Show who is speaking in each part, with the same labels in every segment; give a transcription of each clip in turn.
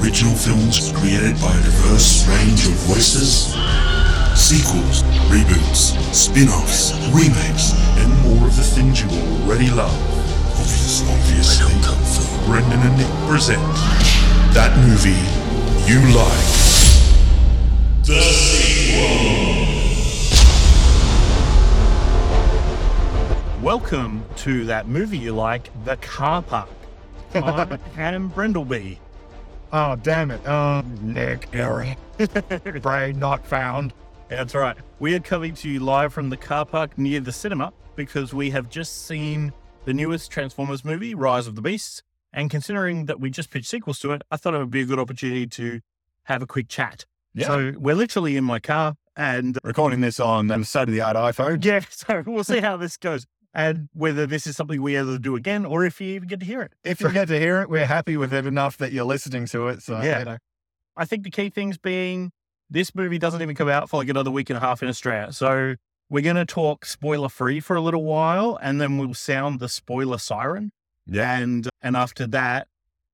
Speaker 1: original films created by a diverse range of voices, sequels, reboots, spin offs, remakes, and more of the things you already love. Obvious, obviously, Brendan and Nick present that movie you like. The sequel.
Speaker 2: Welcome to that movie you like, The Car Park. I'm Adam Brindleby.
Speaker 3: Oh, damn it. Um, Nick, Eric, brain not found.
Speaker 2: That's right. We are coming to you live from the car park near the cinema because we have just seen the newest Transformers movie, Rise of the Beasts. And considering that we just pitched sequels to it, I thought it would be a good opportunity to have a quick chat.
Speaker 3: Yeah.
Speaker 2: So we're literally in my car and
Speaker 3: Recording this on a state of the art iPhone.
Speaker 2: yeah, so we'll see how this goes and whether this is something we ever do again or if you even get to hear it.
Speaker 3: If you get to hear it, we're happy with it enough that you're listening to it. So,
Speaker 2: Yeah.
Speaker 3: you know,
Speaker 2: I think the key things being this movie doesn't even come out for like another week and a half in Australia. So we're going to talk spoiler free for a little while and then we'll sound the spoiler siren.
Speaker 3: Yeah.
Speaker 2: And, and after that,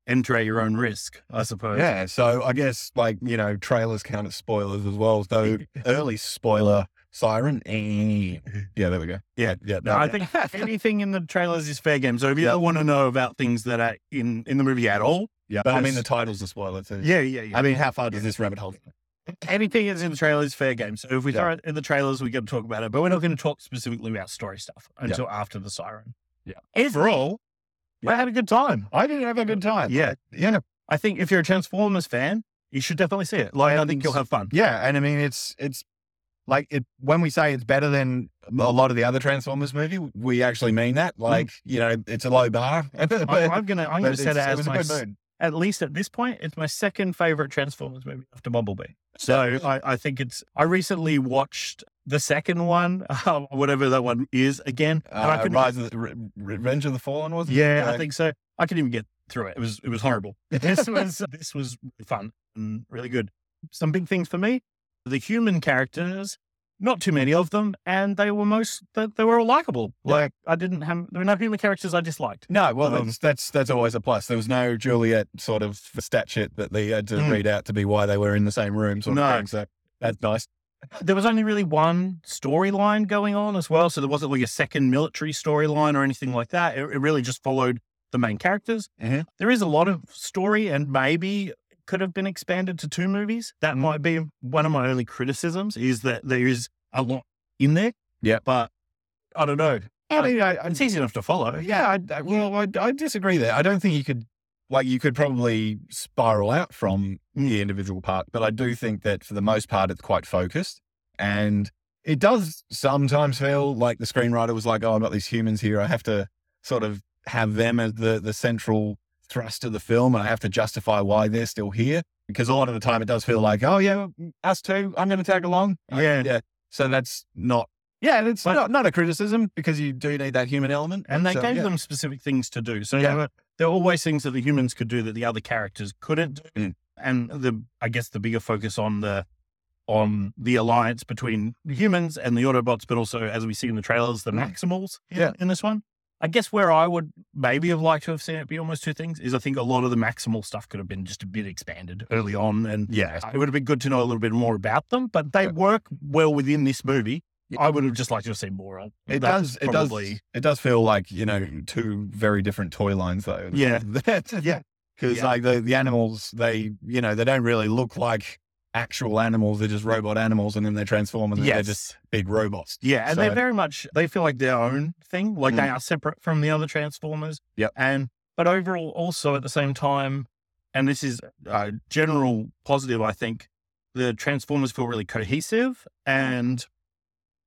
Speaker 2: enter at your own risk, I suppose.
Speaker 3: yeah. So, I guess, like, you know, trailers count as spoilers as well. So, early spoiler siren. Eh. Yeah, there we go. Yeah. Yeah.
Speaker 2: No, I think anything in the trailers is fair game. So if you don't want to know about things that are in, in the movie at all,
Speaker 3: yeah. But I mean,
Speaker 2: that's-
Speaker 3: the title's a spoiler too.
Speaker 2: yeah, yeah, yeah.
Speaker 3: I mean, how far does this rabbit hole?
Speaker 2: anything that's in the trailer is fair game. So if we
Speaker 3: Yeah.
Speaker 2: throw it in the trailers, we got to talk about it, but we're not going to talk specifically about story stuff until after the siren.
Speaker 3: Yeah.
Speaker 2: Overall, I
Speaker 3: Yeah.
Speaker 2: had a good time.
Speaker 3: I didn't have a good time.
Speaker 2: Yeah.
Speaker 3: You know,
Speaker 2: I think if you're a Transformers fan, you should definitely see it. Like, I think
Speaker 3: And-
Speaker 2: you'll have fun.
Speaker 3: Yeah, and I mean it's it's like it when we say it's better than a lot of the other Transformers movie, we actually mean that. Like you know, it's a low bar. but,
Speaker 2: Hmm. I, I'm gonna, I'm
Speaker 3: but
Speaker 2: gonna set it
Speaker 3: it's-
Speaker 2: as
Speaker 3: was a
Speaker 2: my, s-
Speaker 3: good mood.
Speaker 2: at least at this point, it's my second favorite Transformers movie after Bumblebee. So I, I think it's. I recently watched the second one, um, whatever that one is, again, and I
Speaker 3: Uh,
Speaker 2: couldn't-
Speaker 3: Rise of the, Re- Revenge of the Fallen was it?
Speaker 2: Yeah, I
Speaker 3: Like,
Speaker 2: think so. I couldn't even get through it. It was it was horrible. This was this was really fun and really good. Some big things for me: the human characters, not too many of them, and they were most they, they were all likable. Like I didn't have there were no human characters I disliked.
Speaker 3: No, well,
Speaker 2: Um,
Speaker 3: that's, that's that's always a plus. There was no Juliet sort of statute that they had to
Speaker 2: Mm.
Speaker 3: read out to be why they were in the same room. Sort
Speaker 2: No.
Speaker 3: of thing. So that's nice.
Speaker 2: There was only really one storyline going on as well, so there wasn't like a second military storyline or anything like that. It, it really just followed the main characters.
Speaker 3: Mhm.
Speaker 2: There is a lot of story, and maybe it could have been expanded to two movies. That might be one of my only criticisms is that there is a lot in there.
Speaker 3: Yeah.
Speaker 2: but I don't know.
Speaker 3: I mean, I, I-
Speaker 2: It's easy enough to follow.
Speaker 3: Yeah, I, I- well, I, I disagree there. I don't think you could, like, you could probably spiral out from the individual part, but I do think that for the most part, it's quite focused. And it does sometimes feel like the screenwriter was like, oh, I've got these humans here. I have to sort of have them as the, the central thrust of the film, and I have to justify why they're still here. Because a lot of the time, it does feel like, oh, yeah, us too, I'm going to tag along.
Speaker 2: Yeah.
Speaker 3: yeah. So that's not. Yeah, it's
Speaker 2: But-
Speaker 3: not, not a criticism because you do need that human element.
Speaker 2: and they
Speaker 3: So,
Speaker 2: gave
Speaker 3: um, yeah.
Speaker 2: them specific things to do. So
Speaker 3: Yeah.
Speaker 2: there, were, there were always things that the humans could do that the other characters couldn't do,
Speaker 3: Mm.
Speaker 2: and the I guess the bigger focus on the on the alliance between the humans and the Autobots, but also as we see in the trailers, the
Speaker 3: Mm.
Speaker 2: Maximals in,
Speaker 3: Yeah.
Speaker 2: in this one. I guess where I would maybe have liked to have seen it be almost two things is I think a lot of the Maximal stuff could have been just a bit expanded early on, and
Speaker 3: Yeah.
Speaker 2: it would have been good to know a little bit more about them. But they
Speaker 3: Yeah.
Speaker 2: work well within this movie.
Speaker 3: Yeah.
Speaker 2: I would have just liked to have seen more. of that
Speaker 3: It does. It does. It does feel like you know two very different toy lines, though.
Speaker 2: Yeah.
Speaker 3: yeah. Because
Speaker 2: Yeah.
Speaker 3: like the, the animals, they you know they don't really look like actual animals. They're just robot animals, and then they transform, and then they're just big robots.
Speaker 2: Yeah, and they're
Speaker 3: So-
Speaker 2: very much they feel like their own thing, like they are separate from the other Transformers.
Speaker 3: Mm-hmm. Yep.
Speaker 2: And but overall, also at the same time, and this is a general positive, I think the Transformers feel really cohesive, and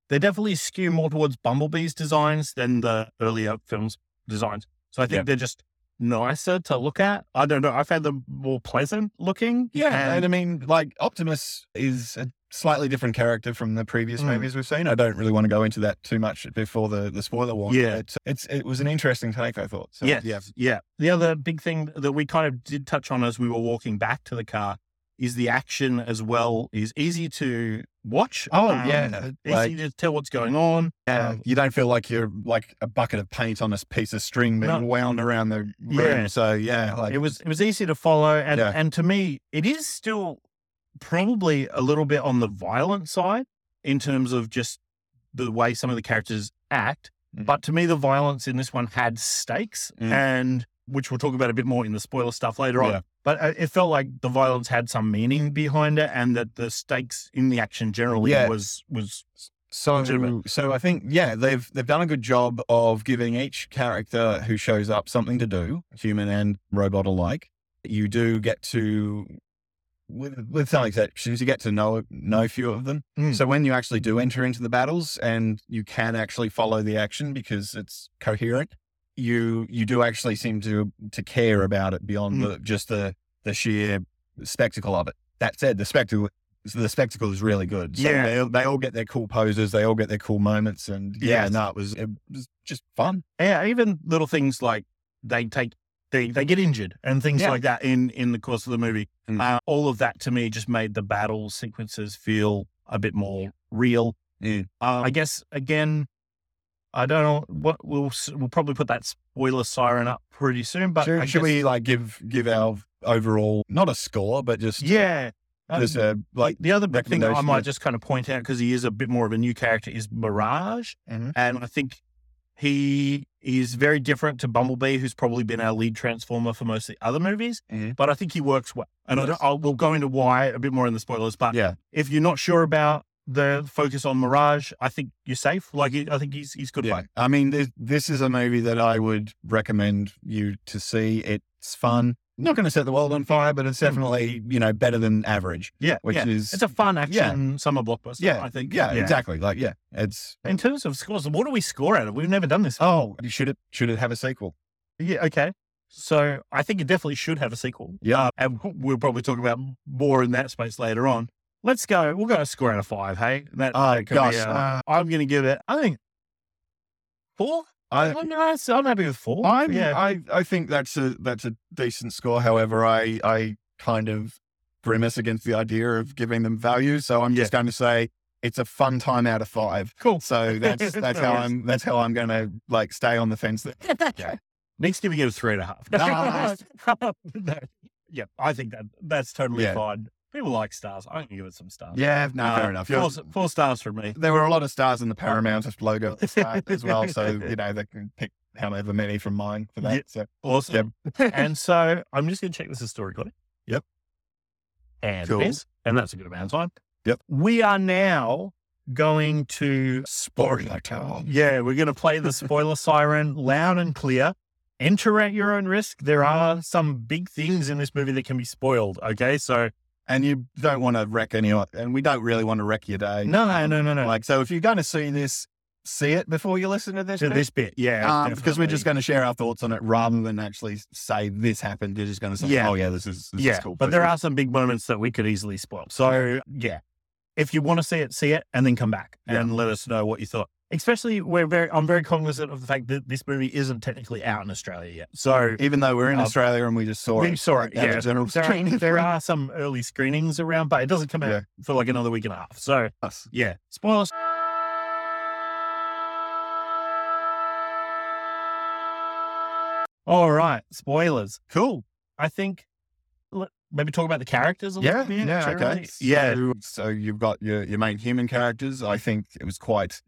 Speaker 2: they definitely skew more towards Bumblebee's designs than the earlier films' designs. So I think
Speaker 3: Yep.
Speaker 2: they're just nicer to look at. I don't know. I found them more pleasant looking.
Speaker 3: Yeah,
Speaker 2: and-
Speaker 3: and, I mean, like Optimus is a slightly different character from the previous
Speaker 2: Mm.
Speaker 3: movies we've seen. I don't really want to go into that too much before the, the spoiler warning.
Speaker 2: Yeah.
Speaker 3: but it's it was an interesting take. I thought. So,
Speaker 2: yes,
Speaker 3: Yeah.
Speaker 2: yeah. The other big thing that we kind of did touch on as we were walking back to the car is the action as well is easy to watch.
Speaker 3: Oh,
Speaker 2: Um,
Speaker 3: yeah.
Speaker 2: easy
Speaker 3: Like-
Speaker 2: to tell what's going on.
Speaker 3: Yeah,
Speaker 2: Um,
Speaker 3: you don't feel like you're like a bucket of paint on a piece of string being
Speaker 2: No.
Speaker 3: wound around the room.
Speaker 2: Yeah.
Speaker 3: So yeah, like
Speaker 2: it was it was easy to follow, and
Speaker 3: Yeah.
Speaker 2: and to me, it is still probably a little bit on the violent side in terms of just the way some of the characters act.
Speaker 3: Mm.
Speaker 2: But to me, the violence in this one had stakes,
Speaker 3: Mm.
Speaker 2: and which we'll talk about a bit more in the spoiler stuff later on.
Speaker 3: Yeah.
Speaker 2: But uh, it felt like the violence had some meaning behind it, and that the stakes in the action generally
Speaker 3: Yeah.
Speaker 2: was was
Speaker 3: So,
Speaker 2: Legitimate.
Speaker 3: so I think yeah, they've they've done a good job of giving each character who shows up something to do, human and robot alike. You do get to, with with some exceptions, you get to know know a few of them.
Speaker 2: Mm.
Speaker 3: So when you actually do enter into the battles and you can actually follow the action because it's coherent, you you do actually seem to to care about it
Speaker 2: Mm.
Speaker 3: beyond the, just the the sheer spectacle of it. That said, the spectacle so the spectacle is really good. So
Speaker 2: Yeah.
Speaker 3: they, they all get their cool poses, they all get their cool moments, and yeah,
Speaker 2: Yes.
Speaker 3: no, it was it was just fun.
Speaker 2: Yeah, even little things like they take they they get injured and things
Speaker 3: Yeah.
Speaker 2: like that in in the course of the movie.
Speaker 3: Mm.
Speaker 2: Uh, all of that to me just made the battle sequences feel a bit more real.
Speaker 3: Yeah.
Speaker 2: Uh, I guess again, I don't know what we'll s- we'll probably put that spoiler siren up pretty soon. But
Speaker 3: But uh, should
Speaker 2: I
Speaker 3: should
Speaker 2: guess-
Speaker 3: we like give give our overall not a score, but just
Speaker 2: Yeah. Uh,
Speaker 3: just a like
Speaker 2: the other big thing that I
Speaker 3: recommendation,
Speaker 2: might
Speaker 3: yeah.
Speaker 2: just kind of point out because he is a bit more of a new character is Mirage.
Speaker 3: Mhm.
Speaker 2: And I think he is very different to Bumblebee, who's probably been our lead transformer for most of the other movies.
Speaker 3: Mhm.
Speaker 2: But I think he works well. And I don't, I'll, we'll go into why a bit more in the spoilers. But
Speaker 3: Uh, yeah
Speaker 2: if you're not sure about the focus on Mirage, I think you're safe. Like, I think he's, he's good
Speaker 3: yeah.
Speaker 2: fun.
Speaker 3: I mean, this, this is a movie that I would recommend you to see. It's fun. Not going to set the world on fire, but it's definitely you know better than average,
Speaker 2: Yeah.
Speaker 3: which
Speaker 2: Hmm. yeah.
Speaker 3: is
Speaker 2: It's a fun action summer blockbuster,
Speaker 3: yeah,
Speaker 2: I think.
Speaker 3: yeah, exactly. Like yeah, it's
Speaker 2: In terms of scores, what do we score out of? We've never done this.
Speaker 3: oh should it should it have a sequel?
Speaker 2: Yeah, okay. So I think it definitely should have a sequel.
Speaker 3: Yeah.
Speaker 2: Uh, and we'll probably talk about more in that space later on. Let's go. We'll go a score out of five. Hey, that
Speaker 3: Oh
Speaker 2: that could be,
Speaker 3: gosh,
Speaker 2: uh,
Speaker 3: uh,
Speaker 2: I'm going to give it. I think four.
Speaker 3: I,
Speaker 2: I'm, nice. I'm happy with 4
Speaker 3: Uh, I'm,
Speaker 2: yeah.
Speaker 3: I, I think that's a that's a decent score. However, I I kind of grimace against the idea of giving them value, so I'm just going to say it's a fun time out of five.
Speaker 2: cool.
Speaker 3: So that's that's how I'm that's how I'm going to like stay on the fence. There.
Speaker 2: yeah. Nick's giving it a three and a half.
Speaker 3: Nice.
Speaker 2: No. Yeah, I think that that's totally
Speaker 3: Yeah.
Speaker 2: fine. People like stars. I'm going to give it some stars.
Speaker 3: Yeah, no,
Speaker 2: Uh,
Speaker 3: fair enough.
Speaker 2: Four,
Speaker 3: You're-
Speaker 2: s- four stars from me.
Speaker 3: there were a lot of stars in the Paramount logo at the start as well, so you know they can pick however many from mine for that.
Speaker 2: Yeah.
Speaker 3: So
Speaker 2: Awesome. and so I'm just going to check this historically.
Speaker 3: Yep.
Speaker 2: And
Speaker 3: Cool.
Speaker 2: this, and that's a good amount of time.
Speaker 3: Yep.
Speaker 2: We are now going to
Speaker 3: spoiler time.
Speaker 2: yeah, we're going to play the spoiler siren loud and clear. Enter at your own risk. There are some big things in this movie that can be spoiled. Okay, so
Speaker 3: And you don't want to wreck anyone, and we don't really want to wreck your day. Um,
Speaker 2: no, no, no, no, no.
Speaker 3: Like, so if you're going to see this, see it before you listen to this.
Speaker 2: to
Speaker 3: bit.
Speaker 2: this bit, yeah,
Speaker 3: um, because we're just
Speaker 2: definitely.
Speaker 3: going to share our thoughts on it rather than actually say this happened. You're just going to say,
Speaker 2: Yeah.
Speaker 3: oh, yeah, this is, this
Speaker 2: yeah.
Speaker 3: is cool. e
Speaker 2: But there are some big moments that we could easily spoil. So yeah, if you want to see it, see it, and then come back
Speaker 3: Yeah.
Speaker 2: and let us know what you thought. Especially, we're very, I'm very cognizant of the fact that this movie isn't technically out in Australia yet. So
Speaker 3: Even though we're in
Speaker 2: Um,
Speaker 3: Australia and we just saw
Speaker 2: we
Speaker 3: it.
Speaker 2: saw it.
Speaker 3: that
Speaker 2: Yeah,
Speaker 3: was general
Speaker 2: there are,
Speaker 3: training.
Speaker 2: there are some early screenings around, but it doesn't come out
Speaker 3: Yeah.
Speaker 2: for like another week and a half. So
Speaker 3: Us.
Speaker 2: yeah, spoilers. All right, spoilers.
Speaker 3: Cool.
Speaker 2: I think let- maybe talk about the characters a
Speaker 3: Yeah.
Speaker 2: little bit.
Speaker 3: Yeah.
Speaker 2: generally.
Speaker 3: Okay.
Speaker 2: Yeah.
Speaker 3: So, so you've got your, your main human characters. I think it was quite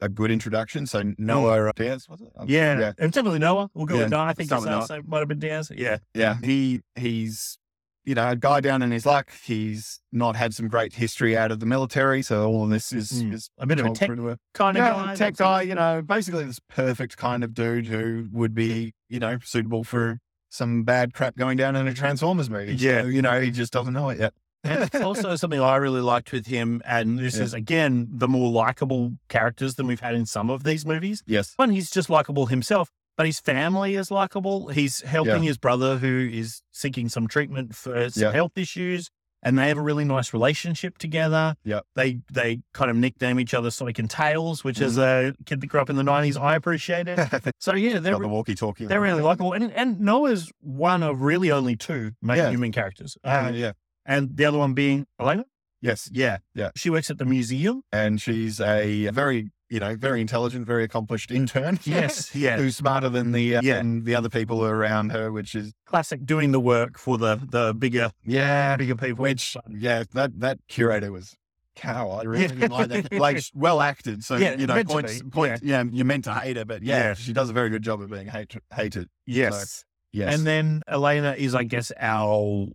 Speaker 3: a good introduction. So Noah Diaz, was it?
Speaker 2: Mm.
Speaker 3: Um,
Speaker 2: Yeah.
Speaker 3: Yeah.
Speaker 2: And definitely Noah. We'll go
Speaker 3: Yeah,
Speaker 2: with Noah. I think
Speaker 3: start
Speaker 2: it's
Speaker 3: with
Speaker 2: also might have been Diaz. Yeah.
Speaker 3: Yeah, he he's you know a guy down in his luck. He's not had some great history out of the military, so all of this is,
Speaker 2: Mm.
Speaker 3: is
Speaker 2: A bit of a
Speaker 3: told
Speaker 2: tech
Speaker 3: through to a-
Speaker 2: kind of
Speaker 3: Yeah,
Speaker 2: guy.
Speaker 3: tech
Speaker 2: that's-
Speaker 3: guy. You know, basically this perfect kind of dude who would be you know suitable for some bad crap going down in a Transformers movie.
Speaker 2: Yeah.
Speaker 3: So, you know, he just doesn't know it yet.
Speaker 2: And it's also something I really liked with him, and this
Speaker 3: Yeah.
Speaker 2: is again the more likable characters than we've had in some of these movies.
Speaker 3: Yes.
Speaker 2: One, he's just likable himself, but his family is likable. He's helping his brother who is seeking some treatment for some
Speaker 3: Yeah.
Speaker 2: health issues. And they have a really nice relationship together.
Speaker 3: Yeah.
Speaker 2: They they kind of nickname each other Sonic and Tails, which is
Speaker 3: Mm-hmm.
Speaker 2: a kid that grew up in the nineties. I appreciate it.
Speaker 3: Got
Speaker 2: So yeah, they're
Speaker 3: the walkie-talkie.
Speaker 2: they're really likable. And and Noah's one of really only two main
Speaker 3: Yeah.
Speaker 2: human characters.
Speaker 3: Uh,
Speaker 2: Um,
Speaker 3: yeah.
Speaker 2: and the other one being Elena.
Speaker 3: Yes.
Speaker 2: Yeah,
Speaker 3: Yeah.
Speaker 2: She works at the museum.
Speaker 3: And she's a very, you know, very intelligent, very accomplished intern.
Speaker 2: Yes, yeah.
Speaker 3: Who's smarter than the uh,
Speaker 2: Yeah.
Speaker 3: than the other people around her, which is
Speaker 2: Classic doing the work for the the bigger
Speaker 3: yeah,
Speaker 2: bigger people.
Speaker 3: Which yeah, that that curator was cow. I really
Speaker 2: Yeah.
Speaker 3: didn't like that. Like sh- well acted, so
Speaker 2: Yeah,
Speaker 3: you know
Speaker 2: meant to
Speaker 3: points.
Speaker 2: be,
Speaker 3: Point, yeah. you're meant to hate her, but yeah,
Speaker 2: Yeah.
Speaker 3: she does a very good job of being hate, hated.
Speaker 2: yes.
Speaker 3: Yes,
Speaker 2: And then Elena is, I guess, our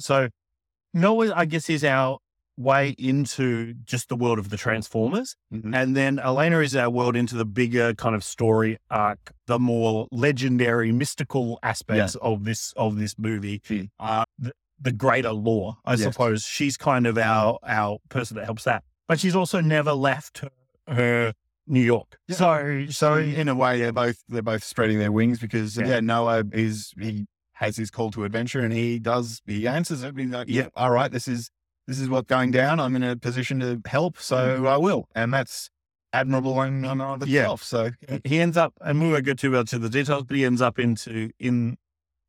Speaker 2: so Noah, I guess, is our way into just the world of the Transformers.
Speaker 3: Mhm.
Speaker 2: And then Elena is our world into the bigger kind of story arc, the more legendary, mystical aspects of this of this movie,
Speaker 3: She-
Speaker 2: uh, the, the greater lore, I
Speaker 3: Yes.
Speaker 2: suppose. She's kind of our our person that helps that, but she's also never left her, her New York.
Speaker 3: Yeah.
Speaker 2: So so
Speaker 3: in a way, they're both they're both spreading their wings because
Speaker 2: Mm-hmm. Yeah.
Speaker 3: yeah, Noah is he has his call to adventure and he does he answers it. He's like,
Speaker 2: Yeah.
Speaker 3: yeah, all right, this is this is what's going down. I'm in a position to help, so I will, and that's admirable in and of
Speaker 2: Mm-hmm. Yeah.
Speaker 3: itself. So yeah.
Speaker 2: he ends up, and we won't go too well to the details, but he ends up into in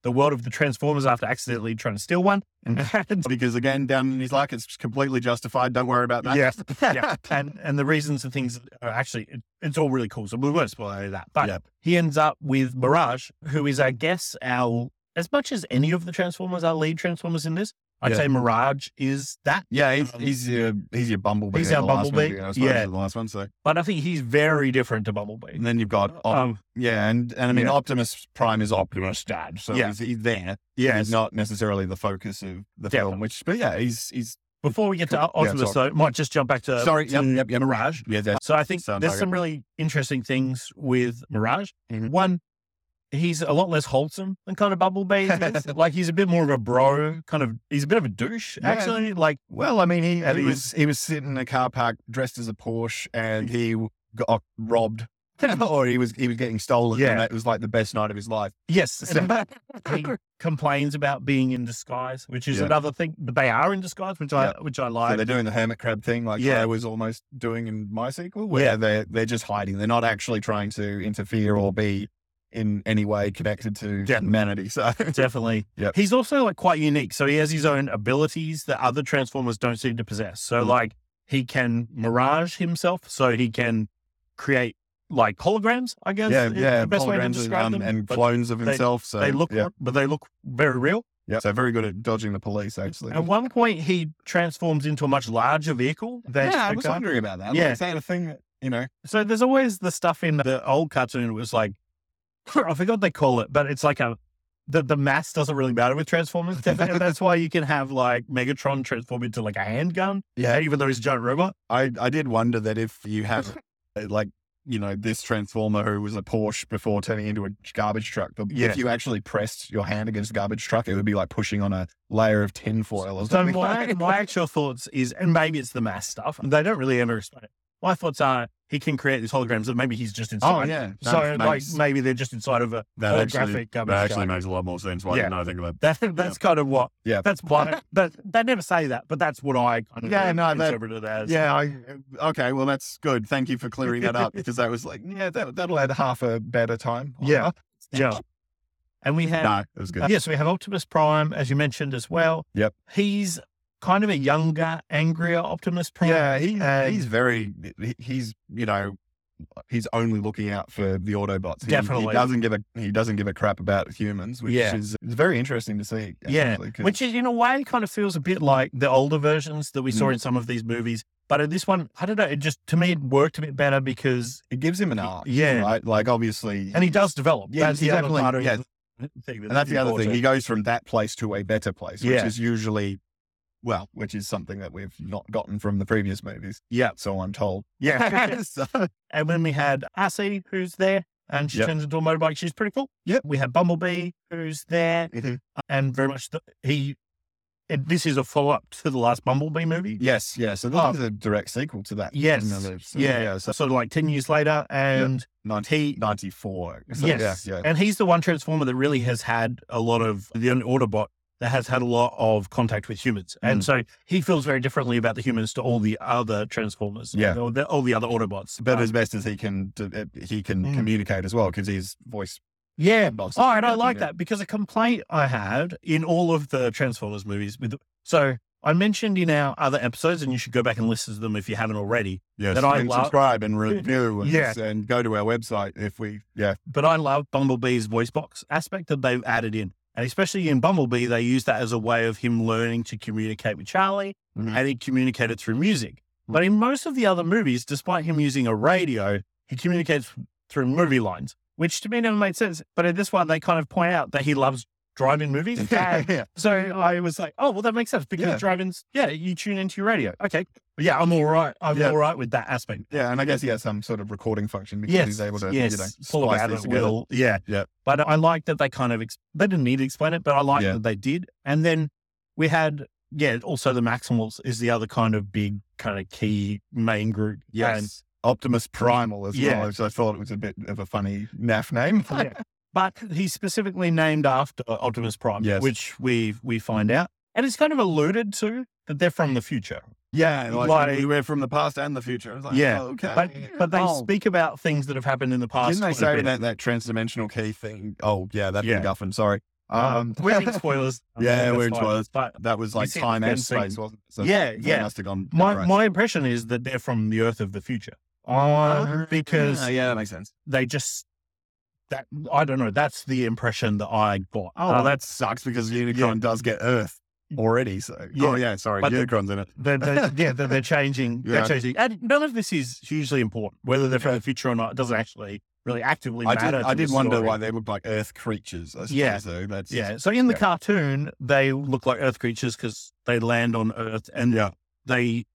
Speaker 2: the world of the Transformers after accidentally trying to steal one. And,
Speaker 3: because again, down in his luck, it's completely justified. Don't worry about that.
Speaker 2: yeah, yeah. and and the reasons and things are actually it, it's all really cool. So we won't spoil any of that. But
Speaker 3: Yeah.
Speaker 2: he ends up with Mirage, who is, I guess, our as much as any of the Transformers, our lead Transformers in this. I'd
Speaker 3: Yeah.
Speaker 2: say Mirage is that,
Speaker 3: Yeah, he's,
Speaker 2: Um,
Speaker 3: he's your he's your bumblebee.
Speaker 2: he's
Speaker 3: in
Speaker 2: our
Speaker 3: the last
Speaker 2: Bumblebee,
Speaker 3: movie, I suppose,
Speaker 2: yeah.
Speaker 3: in the last one. So
Speaker 2: but I think he's very different to Bumblebee.
Speaker 3: and then you've got Op-
Speaker 2: Um,
Speaker 3: yeah, and and I mean
Speaker 2: yeah.
Speaker 3: Optimus Prime is Optimus Dad, so
Speaker 2: Yeah.
Speaker 3: he's, he's there.
Speaker 2: yeah,
Speaker 3: he's not necessarily the focus of the
Speaker 2: Definitely.
Speaker 3: film. Which, but yeah, he's he's
Speaker 2: before we get to
Speaker 3: Yeah,
Speaker 2: Optimus, though, might just jump back to
Speaker 3: sorry.
Speaker 2: to
Speaker 3: Yep, yep, yep.
Speaker 2: Uh, Mirage.
Speaker 3: Yeah, that's,
Speaker 2: So I think
Speaker 3: Sound
Speaker 2: there's
Speaker 3: like
Speaker 2: some really interesting things with Mirage.
Speaker 3: Mhm.
Speaker 2: One, he's a lot less wholesome than kind of Bumblebee. is. like he's a bit more of a bro, kind of. He's a bit of a douche,
Speaker 3: Yeah.
Speaker 2: actually. Like
Speaker 3: well, I mean, he,
Speaker 2: And
Speaker 3: he
Speaker 2: he's-
Speaker 3: was he was sitting in a car park dressed as a Porsche, and he got robbed. or he was he was getting stolen,
Speaker 2: Yeah.
Speaker 3: and that was like the best night of his life.
Speaker 2: yes,
Speaker 3: So-
Speaker 2: he complains about being in disguise, which is
Speaker 3: Yeah.
Speaker 2: another thing. But they are in disguise, which I which I
Speaker 3: So
Speaker 2: like.
Speaker 3: they're doing the hermit crab thing, like
Speaker 2: Yeah.
Speaker 3: I was almost doing in my sequel, where
Speaker 2: Yeah.
Speaker 3: they're they're just hiding. They're not actually trying to interfere or be in any way connected to
Speaker 2: Yeah.
Speaker 3: humanity. So
Speaker 2: Definitely.
Speaker 3: Yep.
Speaker 2: He's also like quite unique. So he has his own abilities that other Transformers don't seem to possess. So
Speaker 3: Mm.
Speaker 2: like he can mirage himself, so he can create like holograms, I guess.
Speaker 3: yeah,
Speaker 2: is
Speaker 3: yeah,
Speaker 2: The best way to
Speaker 3: holograms and,
Speaker 2: describe
Speaker 3: um,
Speaker 2: them.
Speaker 3: and
Speaker 2: But
Speaker 3: clones of
Speaker 2: they-
Speaker 3: himself. so
Speaker 2: they look
Speaker 3: yeah,
Speaker 2: but they look very real.
Speaker 3: yeah. So very good at dodging the police. Actually,
Speaker 2: At one point he transforms into a much larger vehicle than
Speaker 3: yeah, I
Speaker 2: the
Speaker 3: was
Speaker 2: car.
Speaker 3: wondering about that.
Speaker 2: Yeah.
Speaker 3: Yeah, is that a thing that you know?
Speaker 2: So there's always the stuff in the old cartoon was like, I forgot what they call it, but it's like a, the, the mass doesn't really matter with Transformers. And that's why you can have like Megatron transform into like a handgun,
Speaker 3: Yeah,
Speaker 2: even though he's a giant robot.
Speaker 3: I I did wonder that if you have uh, like. You know, this transformer who was a Porsche before turning into a garbage truck. But
Speaker 2: Yeah.
Speaker 3: if you actually pressed your hand against a garbage truck, it would be like pushing on a layer of tinfoil or
Speaker 2: So
Speaker 3: something.
Speaker 2: my, my actual thoughts is, and maybe it's the mass stuff, they don't really ever explain it. My thoughts are he can create these holograms that maybe he's just inside.
Speaker 3: Oh yeah.
Speaker 2: So like maybe they're just inside of a
Speaker 4: That actually,
Speaker 2: holographic garbage
Speaker 4: that actually
Speaker 2: truck.
Speaker 4: makes a lot more sense. Why
Speaker 2: Yeah.
Speaker 4: didn't I think about
Speaker 2: That, that's kind of what,
Speaker 3: Yeah.
Speaker 2: that's why, but they never say that, but that's what I kind of
Speaker 3: Yeah, no, that-
Speaker 2: interpreted it as.
Speaker 3: yeah. I, uh, okay. Well, that's good. Thank you for clearing that up because I was like, yeah, that, that'll add half a better time.
Speaker 2: Yeah. Yeah. And we have,
Speaker 3: No, it was good.
Speaker 2: yes, we have Optimus Prime, as you mentioned as well.
Speaker 3: Yep.
Speaker 2: He's kind of a younger, angrier Optimus Prime.
Speaker 3: Yeah. He,
Speaker 2: And-
Speaker 3: he's very, he- he's, you know, he's only looking out for the Autobots. He,
Speaker 2: Definitely.
Speaker 3: He doesn't give a, he doesn't give a crap about humans, which
Speaker 2: Yeah.
Speaker 3: is it's very interesting to see.
Speaker 2: Yeah.
Speaker 3: actually, 'cause-
Speaker 2: Which is, in a way, kind of feels a bit like the older versions that we
Speaker 3: Mm-hmm.
Speaker 2: saw in some of these movies. But in this one, I don't know. It just, to me, it worked a bit better because,
Speaker 3: it gives him an arc.
Speaker 2: Yeah.
Speaker 3: Right. Like obviously.
Speaker 2: and he does develop.
Speaker 3: Ah, Yeah,
Speaker 2: that's
Speaker 3: he
Speaker 2: the other
Speaker 3: definitely-
Speaker 2: part of
Speaker 3: yeah.
Speaker 2: the thing
Speaker 3: And that's the other thing.
Speaker 2: important.
Speaker 3: He goes from that place to a better place, which
Speaker 2: Yeah.
Speaker 3: is usually, well, which is something that we've not gotten from the previous movies.
Speaker 2: Yeah.
Speaker 3: So I'm told.
Speaker 2: Yeah.
Speaker 3: So-
Speaker 2: And when we had Arcee, who's there, and she
Speaker 3: Yep.
Speaker 2: turns into a motorbike, she's pretty cool.
Speaker 3: Yep.
Speaker 2: We have Bumblebee, who's there,
Speaker 3: Mhm.
Speaker 2: and very much the, he. And this is a follow up to the last Bumblebee movie.
Speaker 3: yes. Yeah. So this
Speaker 2: Oh.
Speaker 3: is a direct sequel to that.
Speaker 2: Yes.
Speaker 3: Another- so,
Speaker 2: yeah.
Speaker 3: So
Speaker 2: sort of like ten years later, and
Speaker 3: 1994. So,
Speaker 2: yes,
Speaker 3: Yeah. yeah.
Speaker 2: and he's the one Transformer that really has had a lot of the only Autobot that has had a lot of contact with humans, and
Speaker 3: Mm.
Speaker 2: so he feels very differently about the humans to all the other Transformers.
Speaker 3: Yeah.
Speaker 2: or the, all the other Autobots.
Speaker 3: But
Speaker 2: Um,
Speaker 3: as best as he can, do- uh, he can
Speaker 2: Mm.
Speaker 3: communicate as well because his voice
Speaker 2: Yeah.
Speaker 3: Box.
Speaker 2: Oh, and I like that because a complaint I had in all of the Transformers movies with so I mentioned in our other episodes, and you should go back and listen to them if you haven't already.
Speaker 3: Yes,
Speaker 2: that I
Speaker 3: and
Speaker 2: love-
Speaker 3: subscribe and review and,
Speaker 2: Yeah.
Speaker 3: and go to our website if we yeah
Speaker 2: But I love Bumblebee's voice box aspect that they've added in, and especially in Bumblebee, they use that as a way of him learning to communicate with Charlie,
Speaker 3: Mhm.
Speaker 2: and he communicated through music. But in most of the other movies, despite him using a radio, he communicates through movie lines, which to me never made sense. But in this one, they kind of point out that he loves driving movies. and
Speaker 3: yeah.
Speaker 2: So I was like, oh, well, that makes sense because
Speaker 3: Mm-hmm. Yeah.
Speaker 2: driving's, yeah, you tune into your radio. Okay. But yeah, I'm all right. I'm
Speaker 3: Yeah.
Speaker 2: all right with that aspect.
Speaker 3: Yeah, and I guess he has some sort of recording function because
Speaker 2: Yes.
Speaker 3: he's able to
Speaker 2: yes.
Speaker 3: you know,
Speaker 2: pull it
Speaker 3: splice
Speaker 2: out
Speaker 3: these
Speaker 2: at
Speaker 3: together.
Speaker 2: will. Yeah.
Speaker 3: Yeah.
Speaker 2: But I like that they kind of, ex- they didn't need to explain it, but I like
Speaker 3: Yeah.
Speaker 2: that they did. And then we had, yeah, also the Maximals is the other kind of big, kind of key main group. And
Speaker 3: Yes. Optimus Primal as
Speaker 2: Yeah.
Speaker 3: well, which I thought was a bit of a funny naff name.
Speaker 2: Yeah. but he's specifically named after uh, Optimus Prime,
Speaker 3: Yes.
Speaker 2: which we we find out, and it's kind of alluded to that they're from the future.
Speaker 3: Yeah, like,
Speaker 2: Like-
Speaker 3: we were from the past and the future. I was like,
Speaker 2: Yeah,
Speaker 3: okay.
Speaker 2: But but they
Speaker 3: Oh.
Speaker 2: speak about things that have happened in the past.
Speaker 3: Didn't they
Speaker 2: quite a
Speaker 3: say
Speaker 2: bit.
Speaker 3: that that transdimensional key thing? Oh yeah, that's
Speaker 2: Yeah. Oh.
Speaker 3: MacGuffin. Sorry, um,
Speaker 2: we're in spoilers.
Speaker 3: Yeah,
Speaker 2: That's
Speaker 3: we're in
Speaker 2: fine.
Speaker 3: spoilers.
Speaker 2: But
Speaker 3: that was like
Speaker 2: seen
Speaker 3: time
Speaker 2: that
Speaker 3: and
Speaker 2: scene?
Speaker 3: space, wasn't it? So
Speaker 2: Yeah,
Speaker 3: they
Speaker 2: yeah.
Speaker 3: Must have gone.
Speaker 2: my
Speaker 3: right.
Speaker 2: my impression is that they're from the Earth of the future.
Speaker 3: Uh,
Speaker 2: because
Speaker 3: yeah, yeah, that makes sense.
Speaker 2: they just that I don't know. That's the impression that I got.
Speaker 3: Oh,
Speaker 2: Uh,
Speaker 3: that sucks because Unicron does get Earth already. So
Speaker 2: Yeah.
Speaker 3: oh yeah, sorry,
Speaker 2: But the-
Speaker 3: Unicron's in it.
Speaker 2: They're, they're, yeah, they're, they're changing.
Speaker 3: Yeah.
Speaker 2: They're changing. And none of this is hugely important. Whether they're from the future or not, it doesn't actually really actively
Speaker 3: I did,
Speaker 2: matter.
Speaker 3: I
Speaker 2: to the
Speaker 3: did wonder
Speaker 2: story.
Speaker 3: why they looked like Earth creatures. I suppose,
Speaker 2: Yeah.
Speaker 3: though. That's
Speaker 2: Yeah. So in the
Speaker 3: yeah.
Speaker 2: cartoon, they look like Earth creatures because they land on Earth and
Speaker 3: Yeah.
Speaker 2: they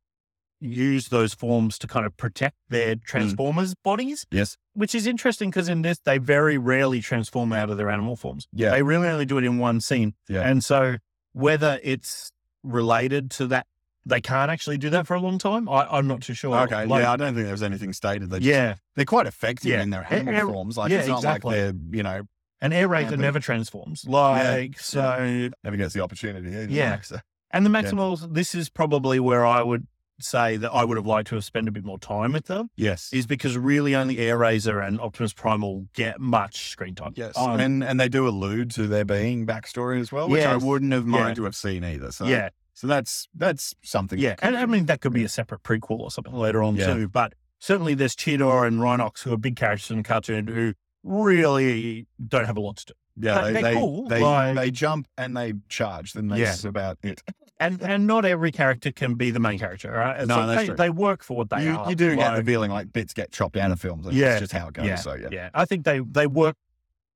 Speaker 2: use those forms to kind of protect
Speaker 3: Mm.
Speaker 2: their Transformers bodies,
Speaker 3: Yes.
Speaker 2: which is interesting because in this, they very rarely transform out of their animal forms.
Speaker 3: Yeah.
Speaker 2: They really only do it in one scene.
Speaker 3: Yeah.
Speaker 2: And so whether it's related to that, they can't actually do that for a long time. I, I'm not too sure.
Speaker 3: okay.
Speaker 2: Like-
Speaker 3: yeah. I don't think there was anything stated. They
Speaker 2: yeah.
Speaker 3: they're quite effective
Speaker 2: Yeah.
Speaker 3: in their
Speaker 2: Eh,
Speaker 3: animal
Speaker 2: eh,
Speaker 3: forms. Like
Speaker 2: yeah,
Speaker 3: it's not
Speaker 2: exactly.
Speaker 3: like they're you know
Speaker 2: An air raid that
Speaker 3: but-
Speaker 2: never transforms. Like, so,
Speaker 3: never gets the opportunity. Either,
Speaker 2: Yeah.
Speaker 3: So.
Speaker 2: and the Maximals, this is probably where I would say that I would have liked to have spent a bit more time with them,
Speaker 3: Yes.
Speaker 2: is because really only Air Razor and Optimus Primal get much screen time.
Speaker 3: Yes,
Speaker 2: Um,
Speaker 3: and and they do allude to there being backstory as well, which I
Speaker 2: Yes.
Speaker 3: wouldn't have minded
Speaker 2: Yeah.
Speaker 3: to have seen either. So
Speaker 2: yeah,
Speaker 3: so that's that's something.
Speaker 2: yeah. And I mean, that could be a separate prequel or something later on,
Speaker 3: Yeah.
Speaker 2: too. But certainly there's Cheetor and Rhinox, who are big characters in the cartoon, who really don't have a lot to do.
Speaker 3: yeah,
Speaker 2: But
Speaker 3: they
Speaker 2: they're
Speaker 3: they,
Speaker 2: cool,
Speaker 3: they,
Speaker 2: like-
Speaker 3: they jump and they charge. Then that's
Speaker 2: Yeah.
Speaker 3: about it.
Speaker 2: And and not every character can be the main character, right? It's
Speaker 3: No,
Speaker 2: like
Speaker 3: that's
Speaker 2: they,
Speaker 3: true.
Speaker 2: they work for what they
Speaker 3: you,
Speaker 2: are.
Speaker 3: you do get
Speaker 2: like-
Speaker 3: the feeling like bits get chopped out of films. And
Speaker 2: Yeah.
Speaker 3: it's just how it goes.
Speaker 2: Yeah.
Speaker 3: So yeah,
Speaker 2: yeah. I think they they work.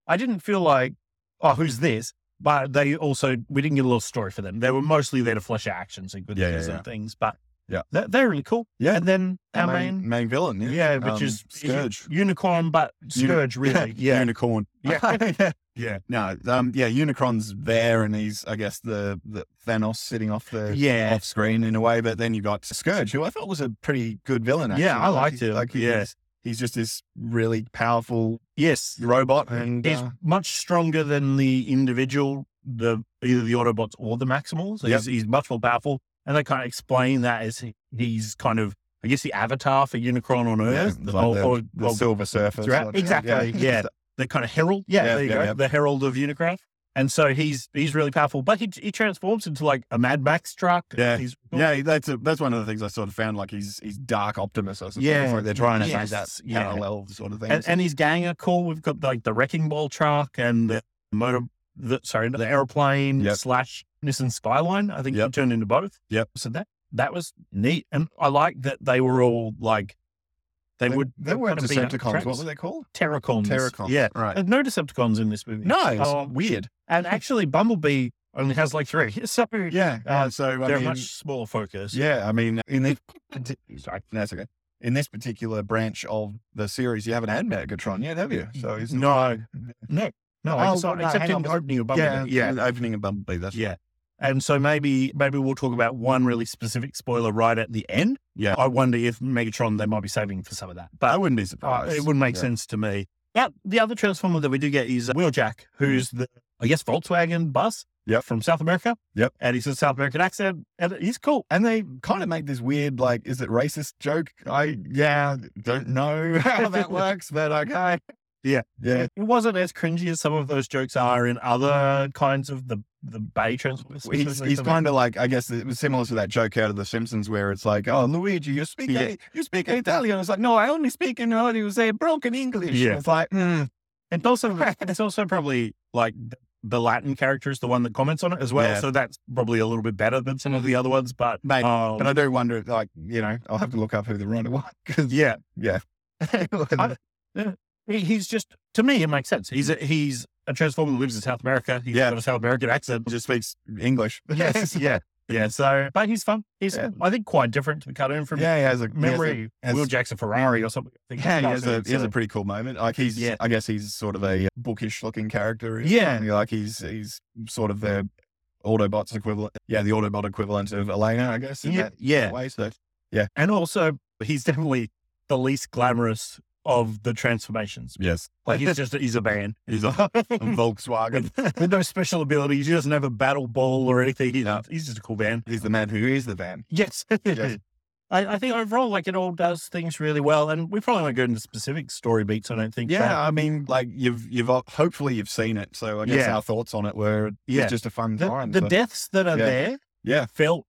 Speaker 2: I didn't feel like, oh, who's this? But they also we didn't get a little story for them. They were mostly there to flesh out actions and good
Speaker 3: Yeah, yeah,
Speaker 2: things
Speaker 3: yeah.
Speaker 2: and things. But
Speaker 3: Yeah.
Speaker 2: they're, they're really cool.
Speaker 3: Yeah.
Speaker 2: and then our
Speaker 3: And
Speaker 2: main,
Speaker 3: main villain, yeah,
Speaker 2: yeah, which
Speaker 3: Um,
Speaker 2: is
Speaker 3: Scourge.
Speaker 2: unicorn, but
Speaker 3: Uni-
Speaker 2: scourge really, yeah,
Speaker 3: unicorn.
Speaker 2: Yeah.
Speaker 3: yeah, yeah. No, um, yeah, Unicron's there, and he's I guess the the Thanos sitting off the
Speaker 2: yeah.
Speaker 3: off screen in a way. But then you got Scourge, who I thought was a pretty good villain. Actually.
Speaker 2: Yeah, I liked
Speaker 3: he-
Speaker 2: him.
Speaker 3: Like
Speaker 2: Yeah.
Speaker 3: he's, he's just this really powerful
Speaker 2: Yes,
Speaker 3: robot, and
Speaker 2: he's
Speaker 3: uh,
Speaker 2: much stronger than the individual, the either the Autobots or the Maximals. He's, he's much more powerful, and they kind of explain that as he, he's kind of, I guess, the avatar for Unicron on
Speaker 3: yeah,
Speaker 2: Earth.
Speaker 3: like
Speaker 2: the, or-
Speaker 3: the,
Speaker 2: or-
Speaker 3: the
Speaker 2: or-
Speaker 3: Silver Surfer.
Speaker 2: Right,
Speaker 3: sort of-
Speaker 2: exactly, yeah. the kind of herald. Yeah,
Speaker 3: Yeah,
Speaker 2: there you
Speaker 3: yeah,
Speaker 2: go.
Speaker 3: yeah.
Speaker 2: The herald of Unicron. And so he's he's really powerful, but he he transforms into like a Mad Max truck.
Speaker 3: Yeah.
Speaker 2: he's,
Speaker 3: Yeah, that's a, that's one of the things I sort of found. Like he's he's dark Optimus. I suppose.
Speaker 2: Yeah.
Speaker 3: like they're trying to make that
Speaker 2: Yes. Yeah.
Speaker 3: parallel sort of thing.
Speaker 2: and, and his gang are cool. We've got like the wrecking ball truck and the motor, the, sorry, the airplane
Speaker 3: Yep.
Speaker 2: slash Nissan Skyline. I think
Speaker 3: Yep.
Speaker 2: he turned into both.
Speaker 3: Yep.
Speaker 2: So that that was neat, and I like that they were all like they, would.
Speaker 3: they weren't
Speaker 2: kind of being up
Speaker 3: Decepticons. What
Speaker 2: traps.
Speaker 3: were they called?
Speaker 2: Terracons.
Speaker 3: Terracons.
Speaker 2: Yeah.
Speaker 3: right. Oh,
Speaker 2: There's no Decepticons in this movie.
Speaker 3: No, it's
Speaker 2: Um,
Speaker 3: weird.
Speaker 2: and actually Bumblebee only has like three. So
Speaker 3: Yeah,
Speaker 2: uh,
Speaker 3: so I
Speaker 2: they're
Speaker 3: mean,
Speaker 2: much smaller focus.
Speaker 3: Yeah, I mean, in this, parti- sorry, no, that's okay. In this particular branch of the series, you haven't had Megatron yet, have you? So it's
Speaker 2: No, no, no. I
Speaker 3: Oh,
Speaker 2: guess not,
Speaker 3: no,
Speaker 2: except
Speaker 3: hang on,
Speaker 2: in
Speaker 3: was it-
Speaker 2: opening of
Speaker 3: yeah,
Speaker 2: Bumblebee.
Speaker 3: yeah, opening a Bumblebee. That's
Speaker 2: Yeah. And so maybe maybe we'll talk about one really specific spoiler right at the end.
Speaker 3: yeah.
Speaker 2: I wonder if Megatron they might be saving for some of that,
Speaker 3: I
Speaker 2: but
Speaker 3: wouldn't be
Speaker 2: uh,
Speaker 3: surprised.
Speaker 2: it wouldn't make
Speaker 3: Yeah.
Speaker 2: sense to me. Yeah, the other Transformer that we do get is uh, Wheeljack, who's the I guess Volkswagen bus.
Speaker 3: Mm-hmm. Yep.
Speaker 2: from South America.
Speaker 3: Yep.
Speaker 2: and he's a South American accent, and he's cool.
Speaker 3: And they kind of make this weird, like, is it racist joke? I yeah, don't know how that works, but okay. Yeah.
Speaker 2: It wasn't as cringy as some of those jokes are in other kinds of the the Bay Transformers.
Speaker 3: He's, he's kind of like, I guess it was similar to that joke out of The Simpsons where it's like, oh, Luigi, you speak,
Speaker 2: Yeah.
Speaker 3: you speak Italian. It's like, no, I only speak in how do you say broken English.
Speaker 2: Yeah.
Speaker 3: It's like, hmm,
Speaker 2: It's also it's also probably like the Latin character is the one that comments on it as well.
Speaker 3: Yeah.
Speaker 2: So that's probably a little bit better than some of the other ones. But
Speaker 3: Maybe.
Speaker 2: um,
Speaker 3: but I do wonder, like, you know, I'll have to look up who the writer was. 'cause-
Speaker 2: yeah,
Speaker 3: yeah.
Speaker 2: I- He- he's just to me it makes sense. He's a, he's a transformer that lives in South America. He's
Speaker 3: Yeah.
Speaker 2: got a South American accent.
Speaker 3: just speaks English.
Speaker 2: Yes, yeah, yeah. So, but he's fun. He's
Speaker 3: Yeah.
Speaker 2: I think quite different to the cartoon from
Speaker 3: yeah, he has a he has a-
Speaker 2: memory.
Speaker 3: has-
Speaker 2: Will Jackson Ferrari or something. I think
Speaker 3: Yeah, he
Speaker 2: that's
Speaker 3: has a
Speaker 2: it,
Speaker 3: he has a
Speaker 2: so-
Speaker 3: pretty cool moment. Like he's,
Speaker 2: Yeah.
Speaker 3: I guess he's sort of a bookish looking character.
Speaker 2: Yeah.
Speaker 3: Yeah, like he's he's sort of the Autobots equivalent. Yeah, the Autobot equivalent of Elena, I guess. In
Speaker 2: yeah,
Speaker 3: That,
Speaker 2: yeah.
Speaker 3: that way, so
Speaker 2: And also, he's definitely the least glamorous of the transformations.
Speaker 3: yes,
Speaker 2: Like he's just he's a man.
Speaker 3: he's a, a Volkswagen.
Speaker 2: With, with no special abilities, he doesn't have a battle ball or anything. He's,
Speaker 3: No.
Speaker 2: he's just a cool man.
Speaker 3: he's the man who is the van.
Speaker 2: Yes.
Speaker 3: Yes.
Speaker 2: I, I think overall, like it all does things really well, and we probably won't go into specific story beats. I don't think.
Speaker 3: Yeah,
Speaker 2: but-
Speaker 3: I mean, like you've you've uh, hopefully you've seen it. So I guess
Speaker 2: Yeah.
Speaker 3: our thoughts on it were
Speaker 2: Yeah.
Speaker 3: it's just a fun
Speaker 2: the,
Speaker 3: time.
Speaker 2: the
Speaker 3: but-
Speaker 2: deaths that are
Speaker 3: Yeah.
Speaker 2: there
Speaker 3: yeah,
Speaker 2: felt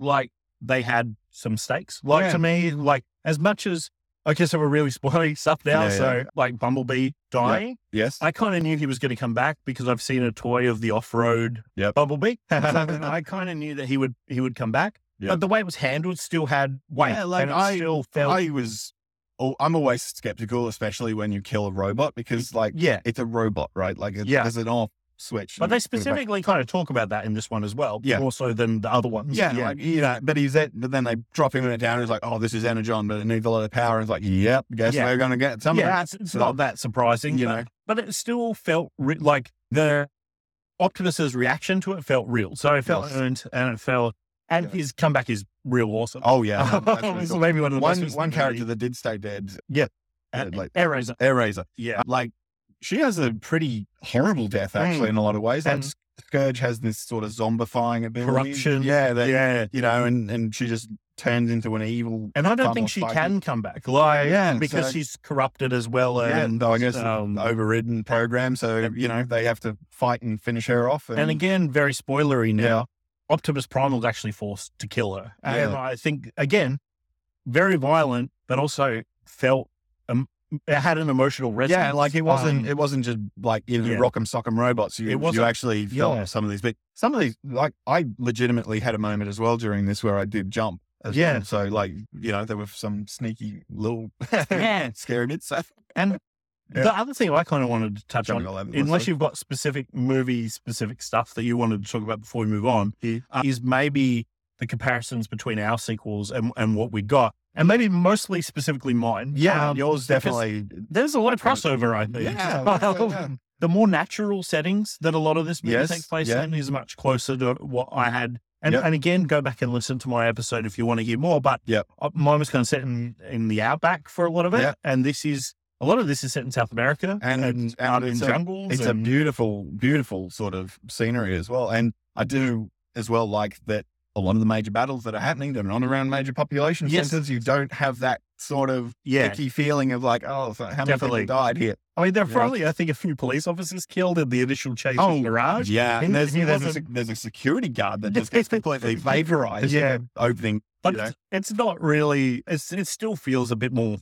Speaker 2: like they had some stakes. Like
Speaker 3: Yeah.
Speaker 2: to me, like as much as I guess we're really spoiling stuff now.
Speaker 3: Yeah,
Speaker 2: so
Speaker 3: yeah.
Speaker 2: like Bumblebee dying,
Speaker 3: yes,
Speaker 2: I kind of knew he was going to come back because I've seen a toy of the off-road
Speaker 3: Yep.
Speaker 2: Bumblebee. So I kind of knew that he would he would come back.
Speaker 3: Yep.
Speaker 2: But the way it was handled still had weight.
Speaker 3: Yeah, like,
Speaker 2: and it
Speaker 3: I-
Speaker 2: still felt
Speaker 3: I was. Oh, I'm always skeptical, especially when you kill a robot, because like
Speaker 2: yeah.
Speaker 3: it's a robot, right? Like it
Speaker 2: Yeah.
Speaker 3: has an off switch.
Speaker 2: But
Speaker 3: and
Speaker 2: they
Speaker 3: it- put it back.
Speaker 2: specifically kind of talk about that in this one as well,
Speaker 3: Yeah.
Speaker 2: more so than the other ones.
Speaker 3: Yeah, like you know, but he's at, but then they drop him in it down. And it's like, oh, this is energon, but it needs a lot of power. And it's like, yep, guess
Speaker 2: Yeah.
Speaker 3: we're gonna get some.
Speaker 2: yeah,
Speaker 3: of
Speaker 2: it's, it's
Speaker 3: so-
Speaker 2: not that surprising,
Speaker 3: You
Speaker 2: but,
Speaker 3: know.
Speaker 2: But it still felt re- like the Optimus's reaction to it felt real. So it felt
Speaker 3: Yes.
Speaker 2: earned, and it felt, and
Speaker 3: Yeah.
Speaker 2: his comeback is real awesome.
Speaker 3: that. Oh yeah, that's really
Speaker 2: It's
Speaker 3: cool.
Speaker 2: maybe one of the best
Speaker 3: one
Speaker 2: bits in
Speaker 3: one
Speaker 2: the movie.
Speaker 3: character that did stay dead,
Speaker 2: Uh,
Speaker 3: like-
Speaker 2: Eraser.
Speaker 3: Air Razor.
Speaker 2: Yeah,
Speaker 3: Like she has a pretty horrible death actually in a lot of ways. Like
Speaker 2: Mm. And-
Speaker 3: Sc- Scourge has this sort of zombifying ability,
Speaker 2: Corruption.
Speaker 3: Yeah, that,
Speaker 2: yeah.
Speaker 3: you know, and and she just turns into an evil.
Speaker 2: And I don't
Speaker 3: far more
Speaker 2: think she
Speaker 3: spiky.
Speaker 2: can come back, like
Speaker 3: Yeah,
Speaker 2: because
Speaker 3: so-
Speaker 2: she's corrupted as well,
Speaker 3: Yeah,
Speaker 2: and
Speaker 3: and though I guess
Speaker 2: um,
Speaker 3: an overridden program, so you know they have to fight and finish her off.
Speaker 2: and again, very spoilery now.
Speaker 3: yeah,
Speaker 2: Optimus Prime was actually forced to kill her. And
Speaker 3: Yeah.
Speaker 2: I think, again, very violent, but also felt um, it had an emotional resonance.
Speaker 3: yeah, like it wasn't
Speaker 2: Um,
Speaker 3: it wasn't just like you know
Speaker 2: Yeah.
Speaker 3: rock 'em sock 'em robots. You
Speaker 2: It
Speaker 3: you
Speaker 2: wasn't-
Speaker 3: actually felt
Speaker 2: Yeah.
Speaker 3: some of these, but some of these like I legitimately had a moment as well during this where I did jump. As
Speaker 2: Yeah.
Speaker 3: well. so like you know there were some sneaky little
Speaker 2: Yeah.
Speaker 3: scary bits. So Yeah.
Speaker 2: The other thing I kind of wanted to touch on,
Speaker 3: jumping all over the place.
Speaker 2: unless you've got specific movie specific stuff that you wanted to talk about before we move on,
Speaker 3: Yeah.
Speaker 2: uh, is maybe the comparisons between our sequels and, and what we got. And maybe mostly specifically mine.
Speaker 3: yeah,
Speaker 2: Um,
Speaker 3: yours
Speaker 2: because
Speaker 3: definitely.
Speaker 2: There's a lot of crossover, I think. Um, the more natural settings that a lot of this movie
Speaker 3: Yes,
Speaker 2: takes place
Speaker 3: yeah.
Speaker 2: in is much closer to what I had. And,
Speaker 3: Yep.
Speaker 2: and again, go back and listen to my episode if you want to hear more. But
Speaker 3: Yep.
Speaker 2: uh, mine was kind of set in, in the outback for a lot of it,
Speaker 3: Yep.
Speaker 2: and this is a lot of this is set in South America
Speaker 3: And-
Speaker 2: out
Speaker 3: and
Speaker 2: in
Speaker 3: it's a-
Speaker 2: jungles.
Speaker 3: It's a
Speaker 2: and-
Speaker 3: beautiful, beautiful sort of scenery as well. And I do as well like that a lot of the major battles that are happening, they're not around major population
Speaker 2: Yes.
Speaker 3: centers. You don't have that sort of
Speaker 2: yeah.
Speaker 3: icky feeling of like, oh, so how many
Speaker 2: Definitely.
Speaker 3: people died here?
Speaker 2: I mean, there are
Speaker 3: Yeah.
Speaker 2: probably I think a few police officers killed in the initial chase
Speaker 3: Oh,
Speaker 2: in the garage.
Speaker 3: Yeah.
Speaker 2: He-
Speaker 3: And there's,
Speaker 2: he
Speaker 3: there's, a,
Speaker 2: wasn't-
Speaker 3: sec- there's a security guard that just gets completely vaporized.
Speaker 2: Yeah.
Speaker 3: in the Opening.
Speaker 2: But
Speaker 3: you know.
Speaker 2: it's, it's not really. It's, it still feels a bit more,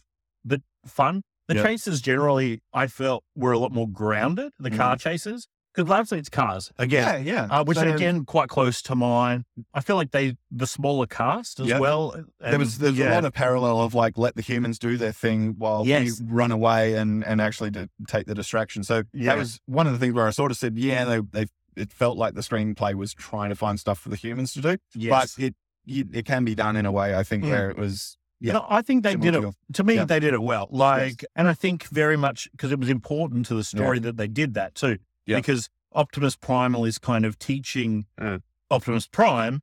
Speaker 2: but fun. The
Speaker 3: Yeah.
Speaker 2: chases generally, I felt, were a lot more grounded. The car
Speaker 3: Mm-hmm.
Speaker 2: chases, because largely it's cars again,
Speaker 3: Yeah. Yeah.
Speaker 2: uh, which
Speaker 3: So
Speaker 2: are again quite close to mine. I feel like they the smaller cast as
Speaker 3: Yeah.
Speaker 2: well.
Speaker 3: There was there's a lot of parallel of like let the humans do their thing while
Speaker 2: Yes.
Speaker 3: we run away and and actually to take the distraction. So
Speaker 2: Yeah.
Speaker 3: that was one of the things where I sort of said, yeah, they they it felt like the screenplay was trying to find stuff for the humans to do,
Speaker 2: yes.
Speaker 3: but it you- it can be done in a way I think
Speaker 2: Yeah.
Speaker 3: where it was yeah,
Speaker 2: No, I think they
Speaker 3: similar
Speaker 2: did
Speaker 3: to
Speaker 2: it
Speaker 3: your-
Speaker 2: to me,
Speaker 3: Yeah.
Speaker 2: they did it well. Like, and I think very much because it was important to the story that they did that too.
Speaker 3: Yeah.
Speaker 2: Because Optimus Primal is kind of teaching
Speaker 3: Mm.
Speaker 2: Optimus Prime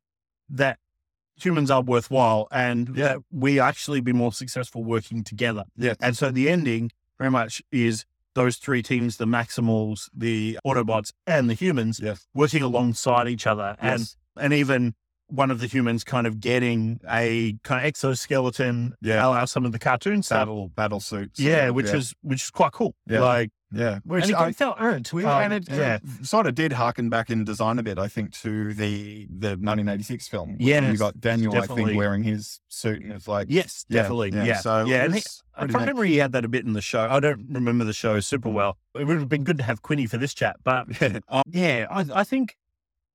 Speaker 2: that humans are worthwhile and
Speaker 3: Yeah.
Speaker 2: that we actually be more successful working together.
Speaker 3: yeah
Speaker 2: And so the ending very much is those three teams, the Maximals, the Autobots, and the humans
Speaker 3: yes
Speaker 2: working alongside each other. And
Speaker 3: yes
Speaker 2: and even one of the humans kind of getting a kind of exoskeleton,
Speaker 3: Yeah.
Speaker 2: allow some of the cartoon stuff.
Speaker 3: Battle battle suits.
Speaker 2: Yeah, which
Speaker 3: yeah.
Speaker 2: is which is quite cool.
Speaker 3: Yeah.
Speaker 2: Like,
Speaker 3: yeah.
Speaker 2: which
Speaker 3: And it-
Speaker 2: I felt earned.
Speaker 3: We,
Speaker 2: Um,
Speaker 3: and it
Speaker 2: yeah,
Speaker 3: sort of did harken back in design a bit, I think, to the the 1986 film.
Speaker 2: Yes,
Speaker 3: you got Daniel, I
Speaker 2: definitely.
Speaker 3: think, wearing his suit, and it's like,
Speaker 2: yes,
Speaker 3: yeah,
Speaker 2: definitely.
Speaker 3: yeah.
Speaker 2: Yeah,
Speaker 3: So
Speaker 2: yeah. And he-
Speaker 3: it's
Speaker 2: I
Speaker 3: pretty
Speaker 2: remember he had that a bit in the show. I don't remember the show super well. Mm-hmm. It would have been good to have Quinny for this chat, but
Speaker 3: neat.
Speaker 2: uh, yeah, I, I think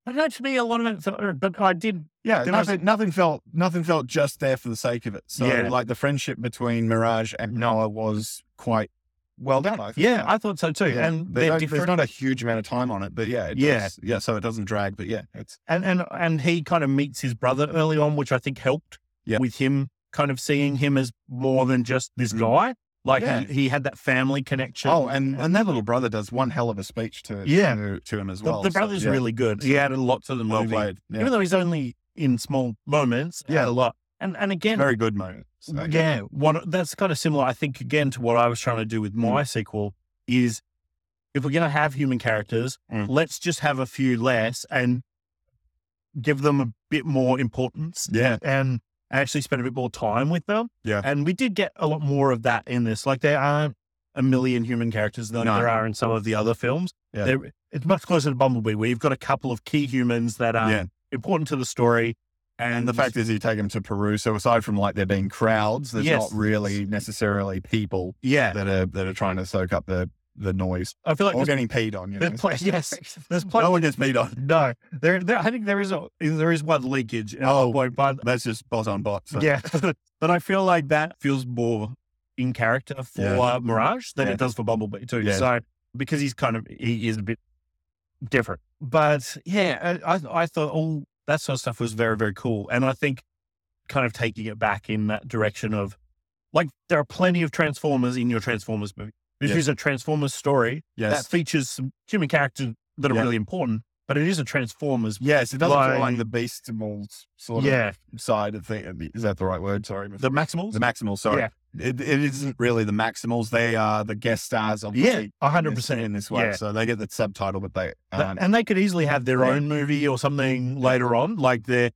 Speaker 2: I don't know to me a lot of it felt earned, but I did.
Speaker 3: Yeah,
Speaker 2: There
Speaker 3: nothing, nothing felt nothing felt just there for the sake of it. So
Speaker 2: Yeah.
Speaker 3: like the friendship between Mirage and Noah was quite well done. I think.
Speaker 2: Yeah, I thought so too.
Speaker 3: Yeah.
Speaker 2: And
Speaker 3: They
Speaker 2: they're
Speaker 3: don't-
Speaker 2: different.
Speaker 3: there's not a huge amount of time on it, but yeah, it
Speaker 2: Yeah.
Speaker 3: does- yeah. So it doesn't drag, but yeah, it's
Speaker 2: and and and he kind of meets his brother early on, which I think helped
Speaker 3: Yeah.
Speaker 2: with him kind of seeing him as more than just this
Speaker 3: Mm.
Speaker 2: guy. Like
Speaker 3: Yeah.
Speaker 2: he, he had that family connection.
Speaker 3: oh, and and that little brother does one hell of a speech to
Speaker 2: Yeah.
Speaker 3: to, to him as
Speaker 2: the,
Speaker 3: well.
Speaker 2: the
Speaker 3: so,
Speaker 2: brother's
Speaker 3: yeah,
Speaker 2: really good. He added a lot to the
Speaker 3: well
Speaker 2: movie,
Speaker 3: played. Yeah.
Speaker 2: even though he's only in small moments.
Speaker 3: Yeah.
Speaker 2: a lot. And and again,
Speaker 3: Very good moment. So,
Speaker 2: yeah, what that's kind of similar, I think, again to what I was trying to do with my
Speaker 3: Mm.
Speaker 2: sequel is if we're going to have human characters,
Speaker 3: Mm.
Speaker 2: let's just have a few less and give them a bit more importance
Speaker 3: yeah,
Speaker 2: and actually spend a bit more time with them.
Speaker 3: Yeah.
Speaker 2: and we did get a lot more of that in this. Like there aren't a million human characters that
Speaker 3: No.
Speaker 2: there are in some of the other films.
Speaker 3: Yeah.
Speaker 2: There- it's much closer to Bumblebee, where you've got a couple of key humans that are
Speaker 3: Yeah.
Speaker 2: important to the story.
Speaker 3: And the fact is, you take them to Peru. So aside from like there being crowds, there's
Speaker 2: Yes.
Speaker 3: not really necessarily people
Speaker 2: yeah,
Speaker 3: that are that are trying to soak up the the noise
Speaker 2: I feel like
Speaker 3: or
Speaker 2: there's,
Speaker 3: getting peed on. You know?
Speaker 2: there's pla- yes, there's plenty
Speaker 3: no one gets peed on.
Speaker 2: No, there, there. I think there is a there is one leakage. at
Speaker 3: Oh,
Speaker 2: one point, but
Speaker 3: That's just bot on bot. So.
Speaker 2: yeah, but I feel like that feels more in character for
Speaker 3: Yeah.
Speaker 2: uh, Mirage than
Speaker 3: Yeah.
Speaker 2: it does for Bumblebee too.
Speaker 3: Yeah.
Speaker 2: So because he's kind of he is a bit different, but yeah, I I- I thought all that sort of stuff was very very cool, and I think kind of taking it back in that direction of like there are plenty of Transformers in your Transformers movie. This
Speaker 3: Yeah.
Speaker 2: is a Transformers story
Speaker 3: Yes.
Speaker 2: that features some human characters that are
Speaker 3: Yeah.
Speaker 2: really important, but it is a Transformers
Speaker 3: yes. It doesn't feel
Speaker 2: Like-
Speaker 3: like the beastimals sort
Speaker 2: yeah,
Speaker 3: of side of thing. um, Is that the right word? Sorry.
Speaker 2: the Maximals.
Speaker 3: the Maximals. Sorry.
Speaker 2: Yeah.
Speaker 3: It, it isn't really the Maximals. They are the guest stars.
Speaker 2: yeah,
Speaker 3: Obviously,
Speaker 2: a
Speaker 3: in
Speaker 2: hundred
Speaker 3: this- in
Speaker 2: percent.
Speaker 3: this way.
Speaker 2: Yeah.
Speaker 3: So they get the subtitle, but they
Speaker 2: Th-
Speaker 3: aren't.
Speaker 2: And they could easily have their
Speaker 3: Um, Yeah. Mm-hmm.
Speaker 2: own movie or something later on. Like they're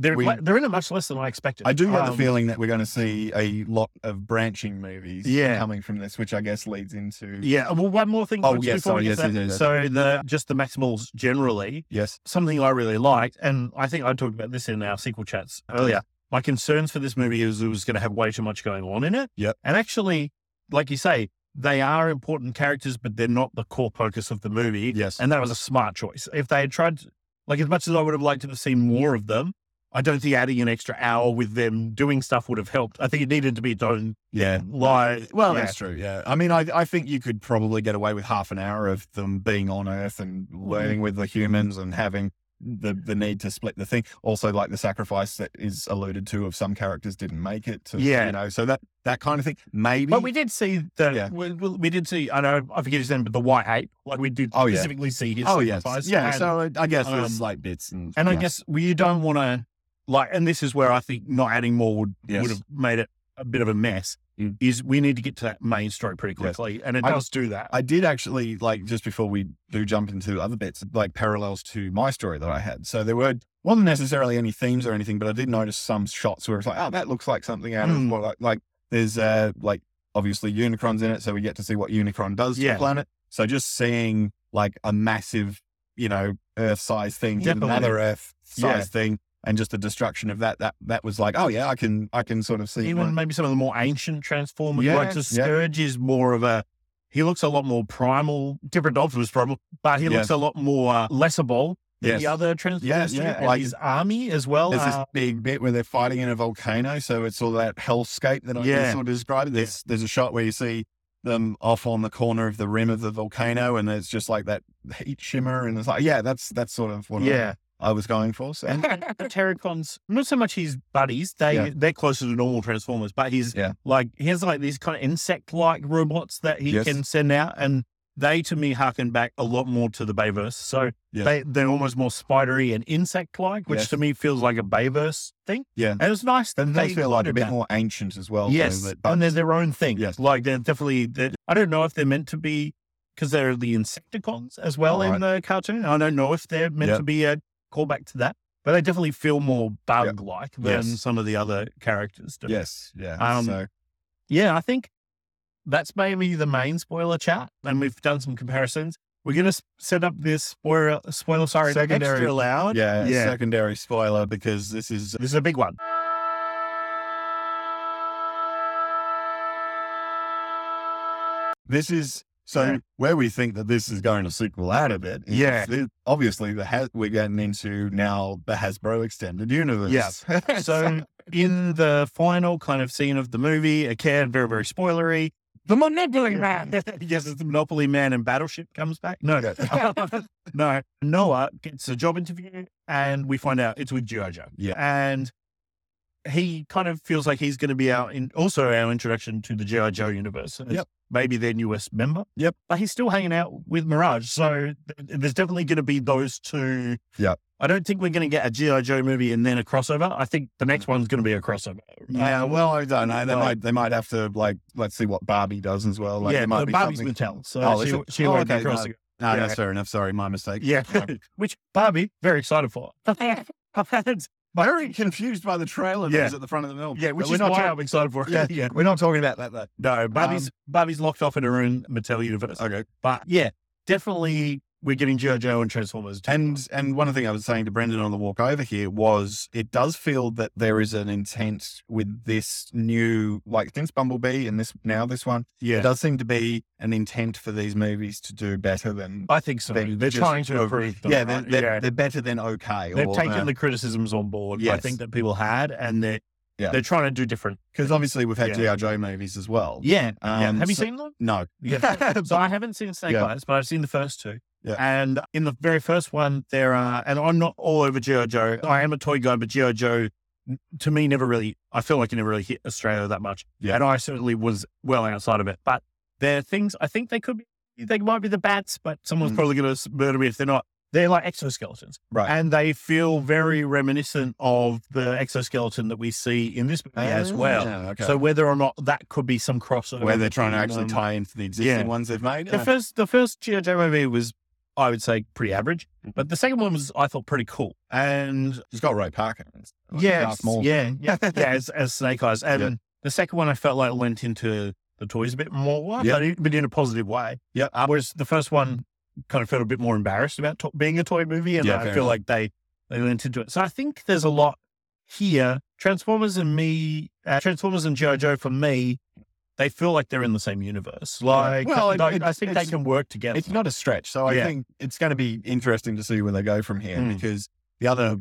Speaker 2: they're
Speaker 3: We-
Speaker 2: le- they're in it much less than I expected.
Speaker 3: I do have the
Speaker 2: Um,
Speaker 3: feeling that we're going to see a lot of branching movies
Speaker 2: Yeah.
Speaker 3: coming from this, which I guess leads into
Speaker 2: Yeah. uh, Well, one more thing.
Speaker 3: Oh,
Speaker 2: just
Speaker 3: yes,
Speaker 2: before we get
Speaker 3: sorry,
Speaker 2: to
Speaker 3: yes,
Speaker 2: that.
Speaker 3: yes, yes.
Speaker 2: So the just the Maximals generally
Speaker 3: yes,
Speaker 2: something I really liked, and I think I talked about this in our sequel chats earlier. My concerns for this movie is it was going to have way too much going on in it.
Speaker 3: Yep.
Speaker 2: And actually, like you say, they are important characters, but they're not the core focus of the movie.
Speaker 3: yes,
Speaker 2: And that was a smart choice. If they had tried, to, like, as much as I would have liked to have seen more of them, I don't think adding an extra hour with them doing stuff would have helped. I think it needed to be done
Speaker 3: yeah.
Speaker 2: like, well,
Speaker 3: Well, that's true. Yeah, I mean, I I think you could probably get away with half an hour of them being on Earth and
Speaker 2: Mm.
Speaker 3: learning with the humans and having the the need to split the thing. Also, like the sacrifice that is alluded to of some characters didn't make it. To,
Speaker 2: Yeah.
Speaker 3: you know, so that that kind of thing. Maybe.
Speaker 2: But we did see that.
Speaker 3: Yeah.
Speaker 2: We, we we did see. I know I forget his name, but the White Ape. Like we did
Speaker 3: Oh, yeah.
Speaker 2: specifically see his.
Speaker 3: oh yes,
Speaker 2: sacrifice
Speaker 3: yeah.
Speaker 2: and-
Speaker 3: So I- I guess
Speaker 2: um,
Speaker 3: there's like bits and
Speaker 2: And I
Speaker 3: yeah.
Speaker 2: guess we don't want to like, and this is where I think not adding more would
Speaker 3: Yes.
Speaker 2: would have made it a bit of a mess.
Speaker 3: Mm.
Speaker 2: Is we need to get to that main story pretty
Speaker 3: Yes.
Speaker 2: quickly, and it
Speaker 3: I-
Speaker 2: does do that.
Speaker 3: I did actually like just before we do jump into other bits, like parallels to my story that I had. So there were wasn't necessarily any themes or anything, but I did notice some shots where it's like, oh, that looks like something out of
Speaker 2: Mm.
Speaker 3: well, like, like there's uh like obviously Unicron's in it, so we get to see what Unicron does to
Speaker 2: Yeah.
Speaker 3: the planet. So just seeing like a massive, you know, Earth size thing, hit
Speaker 2: Definitely.
Speaker 3: another Earth size
Speaker 2: Yeah.
Speaker 3: thing, and just the destruction of that, that that was like, oh yeah, I can I can sort of see
Speaker 2: even maybe some of the more ancient Transformers. like
Speaker 3: Yeah,
Speaker 2: the
Speaker 3: yeah.
Speaker 2: Scourge is more of a. He looks a lot more primal, different Optimus primal, but he looks
Speaker 3: Yes.
Speaker 2: a lot more uh, lesserable. than
Speaker 3: Yes.
Speaker 2: The other Transformers,
Speaker 3: yeah,
Speaker 2: do, and
Speaker 3: like-
Speaker 2: his army as well.
Speaker 3: There's this
Speaker 2: uh,
Speaker 3: big bit where they're fighting in a volcano, so it's all that hellscape that I
Speaker 2: Yeah.
Speaker 3: can sort of describe. There's there's a shot where you see them off on the corner of the rim of the volcano, and there's just like that heat shimmer, and it's like, yeah, that's that's sort of what I-
Speaker 2: yeah,
Speaker 3: I, was going for. So
Speaker 2: and the Terracons, not so much his buddies. They
Speaker 3: Yeah.
Speaker 2: they're closer to normal Transformers, but he's
Speaker 3: Yeah.
Speaker 2: like he has like these kind of insect like robots that he
Speaker 3: Yes.
Speaker 2: can send out, and they to me harken back a lot more to the Bayverse. So
Speaker 3: Yeah.
Speaker 2: they they're almost more spidery and insect like, which
Speaker 3: Yes.
Speaker 2: to me feels like a Bayverse thing.
Speaker 3: Yeah.
Speaker 2: and it's nice that
Speaker 3: and
Speaker 2: they,
Speaker 3: they feel like a
Speaker 2: included
Speaker 3: bit
Speaker 2: that.
Speaker 3: more ancient as well. so
Speaker 2: Yes,
Speaker 3: that- but
Speaker 2: and they're their own thing.
Speaker 3: Yes.
Speaker 2: like they're definitely. They're, I don't know if they're meant to be because they're the Insecticons as well in the cartoon. I don't know if they're meant
Speaker 3: Yeah.
Speaker 2: to be a callback to that, but they definitely feel more bug like than
Speaker 3: Yes.
Speaker 2: some of the other characters do.
Speaker 3: Yes. Yeah.
Speaker 2: Um,
Speaker 3: so
Speaker 2: Yeah, I think that's maybe the main spoiler chat. And we've done some comparisons. We're going to set up this spoiler, spoiler sorry,
Speaker 3: Secondary-
Speaker 2: extra loud.
Speaker 3: yeah,
Speaker 2: yeah.
Speaker 3: secondary spoiler because this is
Speaker 2: This is a big one.
Speaker 3: this is so
Speaker 2: Yeah.
Speaker 3: where we think that this is going to sequel out of it. is
Speaker 2: Yeah.
Speaker 3: that obviously, the has, we're getting into now the Hasbro extended universe.
Speaker 2: Yeah. so in the final kind of scene of the movie, again, very, very spoilery. The Monopoly Man. yes, it's the Monopoly Man and Battleship comes back. No, no. no. Noah gets a job interview and we find out it's with G.I. Joe.
Speaker 3: Yeah.
Speaker 2: And he kind of feels like he's going to be our in, also our introduction to the G.I. Joe universe. as
Speaker 3: Yep.
Speaker 2: Maybe their newest member.
Speaker 3: Yep.
Speaker 2: But he's still hanging out with Mirage. So th- there's definitely going to be those two I don't think we're going to get a GI Joe movie and then a crossover. I think the next one's going to be a crossover.
Speaker 3: Yeah,
Speaker 2: Uh,
Speaker 3: well, I don't know. They
Speaker 2: Like-
Speaker 3: might they might have to like let's see what Barbie does as well. Like,
Speaker 2: yeah,
Speaker 3: there might
Speaker 2: but
Speaker 3: be
Speaker 2: Barbie's
Speaker 3: something-
Speaker 2: Mattel, so
Speaker 3: Oh, is
Speaker 2: she,
Speaker 3: it?
Speaker 2: she
Speaker 3: Oh,
Speaker 2: won't
Speaker 3: okay,
Speaker 2: be
Speaker 3: no.
Speaker 2: crossing.
Speaker 3: No,
Speaker 2: Yeah.
Speaker 3: that's fair enough. Sorry, my mistake.
Speaker 2: Yeah, which Barbie very excited for.
Speaker 3: very confused by the trailer
Speaker 2: Yeah.
Speaker 3: that was at the front of the film.
Speaker 2: yeah, which
Speaker 3: But we're
Speaker 2: is
Speaker 3: not
Speaker 2: why
Speaker 3: talking-
Speaker 2: I'm excited for. it.
Speaker 3: Yeah.
Speaker 2: yeah.
Speaker 3: We're not talking about that though.
Speaker 2: No, Barbie's Barbie's locked off in her own Mattel universe.
Speaker 3: Okay.
Speaker 2: But yeah, definitely we're getting GI Joe and Transformers. too.
Speaker 3: And and one thing I was saying to Brendan on the walk over here was it does feel that there is an intent with this new like since Bumblebee and this now this one
Speaker 2: yeah,
Speaker 3: it does seem to be an intent for these movies to do better than
Speaker 2: I think so. They're,
Speaker 3: They're just
Speaker 2: trying to
Speaker 3: over-
Speaker 2: improve. Them,
Speaker 3: uh, yeah, they're,
Speaker 2: right?
Speaker 3: they're,
Speaker 2: yeah.
Speaker 3: they're better than okay. uh,
Speaker 2: They've taken the criticisms on board. I
Speaker 3: Yes.
Speaker 2: think that people had, and they're
Speaker 3: Yeah.
Speaker 2: they're trying to do different.
Speaker 3: because obviously we've had
Speaker 2: Yeah.
Speaker 3: GI Joe movies as well.
Speaker 2: Yeah, yeah.
Speaker 3: Um,
Speaker 2: Have you
Speaker 3: so-
Speaker 2: seen them?
Speaker 3: No,
Speaker 2: Yeah. so I haven't seen Snake
Speaker 3: Yeah.
Speaker 2: Eyes, but I've seen the first two.
Speaker 3: Yeah.
Speaker 2: And in the very first one, there are, and I'm not all over G.I. Joe. I am a toy guy, but G.I. Joe, n- to me, never really, I feel like it never really hit Australia that much.
Speaker 3: Yeah.
Speaker 2: And I certainly was well outside of it. But there are things, I think they could be, they might be the bats, but someone's
Speaker 3: Mm.
Speaker 2: probably going to murder me if they're not. They're like exoskeletons.
Speaker 3: right.
Speaker 2: And they feel very reminiscent of the exoskeleton that we see in this movie as well.
Speaker 3: Oh, Yeah, Ah, okay.
Speaker 2: So whether or not that could be some crossover.
Speaker 3: where they're trying to actually
Speaker 2: Um,
Speaker 3: tie into the existing
Speaker 2: yeah.
Speaker 3: ones they've made.
Speaker 2: the first the first G.I. Joe movie was, I would say, pretty average, but the second one was I thought pretty cool. And
Speaker 3: it's got Ray Parker. It's like
Speaker 2: yeah,
Speaker 3: Darth Maul.
Speaker 2: yeah, yeah, yeah, as, as Snake Eyes, and
Speaker 3: Yeah.
Speaker 2: the second one I felt like lent into the toys a bit more,
Speaker 3: Yeah.
Speaker 2: but, in, but in a positive way.
Speaker 3: Yeah.
Speaker 2: Uh, whereas the first one kind of felt a bit more embarrassed about to- being a toy movie, and
Speaker 3: Mm-hmm. Yeah,
Speaker 2: I
Speaker 3: fair
Speaker 2: feel like
Speaker 3: enough.
Speaker 2: they they lent into it. So I think there's a lot here. Transformers and me, uh, Transformers and G.I. Joe for me. They feel like they're in the same universe. Like,
Speaker 3: Well, it-
Speaker 2: like,
Speaker 3: it-
Speaker 2: I think they
Speaker 3: it's-
Speaker 2: can work together.
Speaker 3: It's not a stretch. So I
Speaker 2: Yeah.
Speaker 3: think it's going to be interesting to see where they go from here
Speaker 2: Mm.
Speaker 3: because the other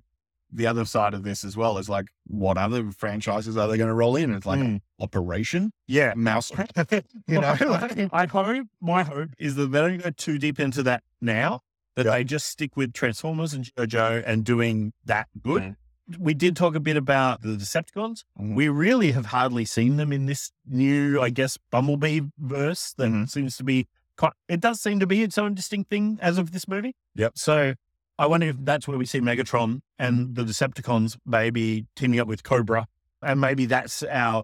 Speaker 3: the other side of this as well is like what other franchises are they going to roll in? It's like
Speaker 2: Mm.
Speaker 3: Operation
Speaker 2: yeah.
Speaker 3: Mousetrap.
Speaker 2: you
Speaker 3: You
Speaker 2: know,
Speaker 3: know?
Speaker 2: I hope my hope is that they don't go too deep into that now. That
Speaker 3: Yeah.
Speaker 2: they just stick with Transformers and JoJo and doing that good.
Speaker 3: Mm.
Speaker 2: We did talk a bit about the Decepticons. We really have hardly seen them in this new, I guess, Bumblebee verse that
Speaker 3: Mhm.
Speaker 2: seems to be. Quite, it does seem to be its own distinct thing as of this movie.
Speaker 3: Yep.
Speaker 2: So I wonder if that's where we see Megatron and the Decepticons maybe teaming up with Cobra, and maybe that's our.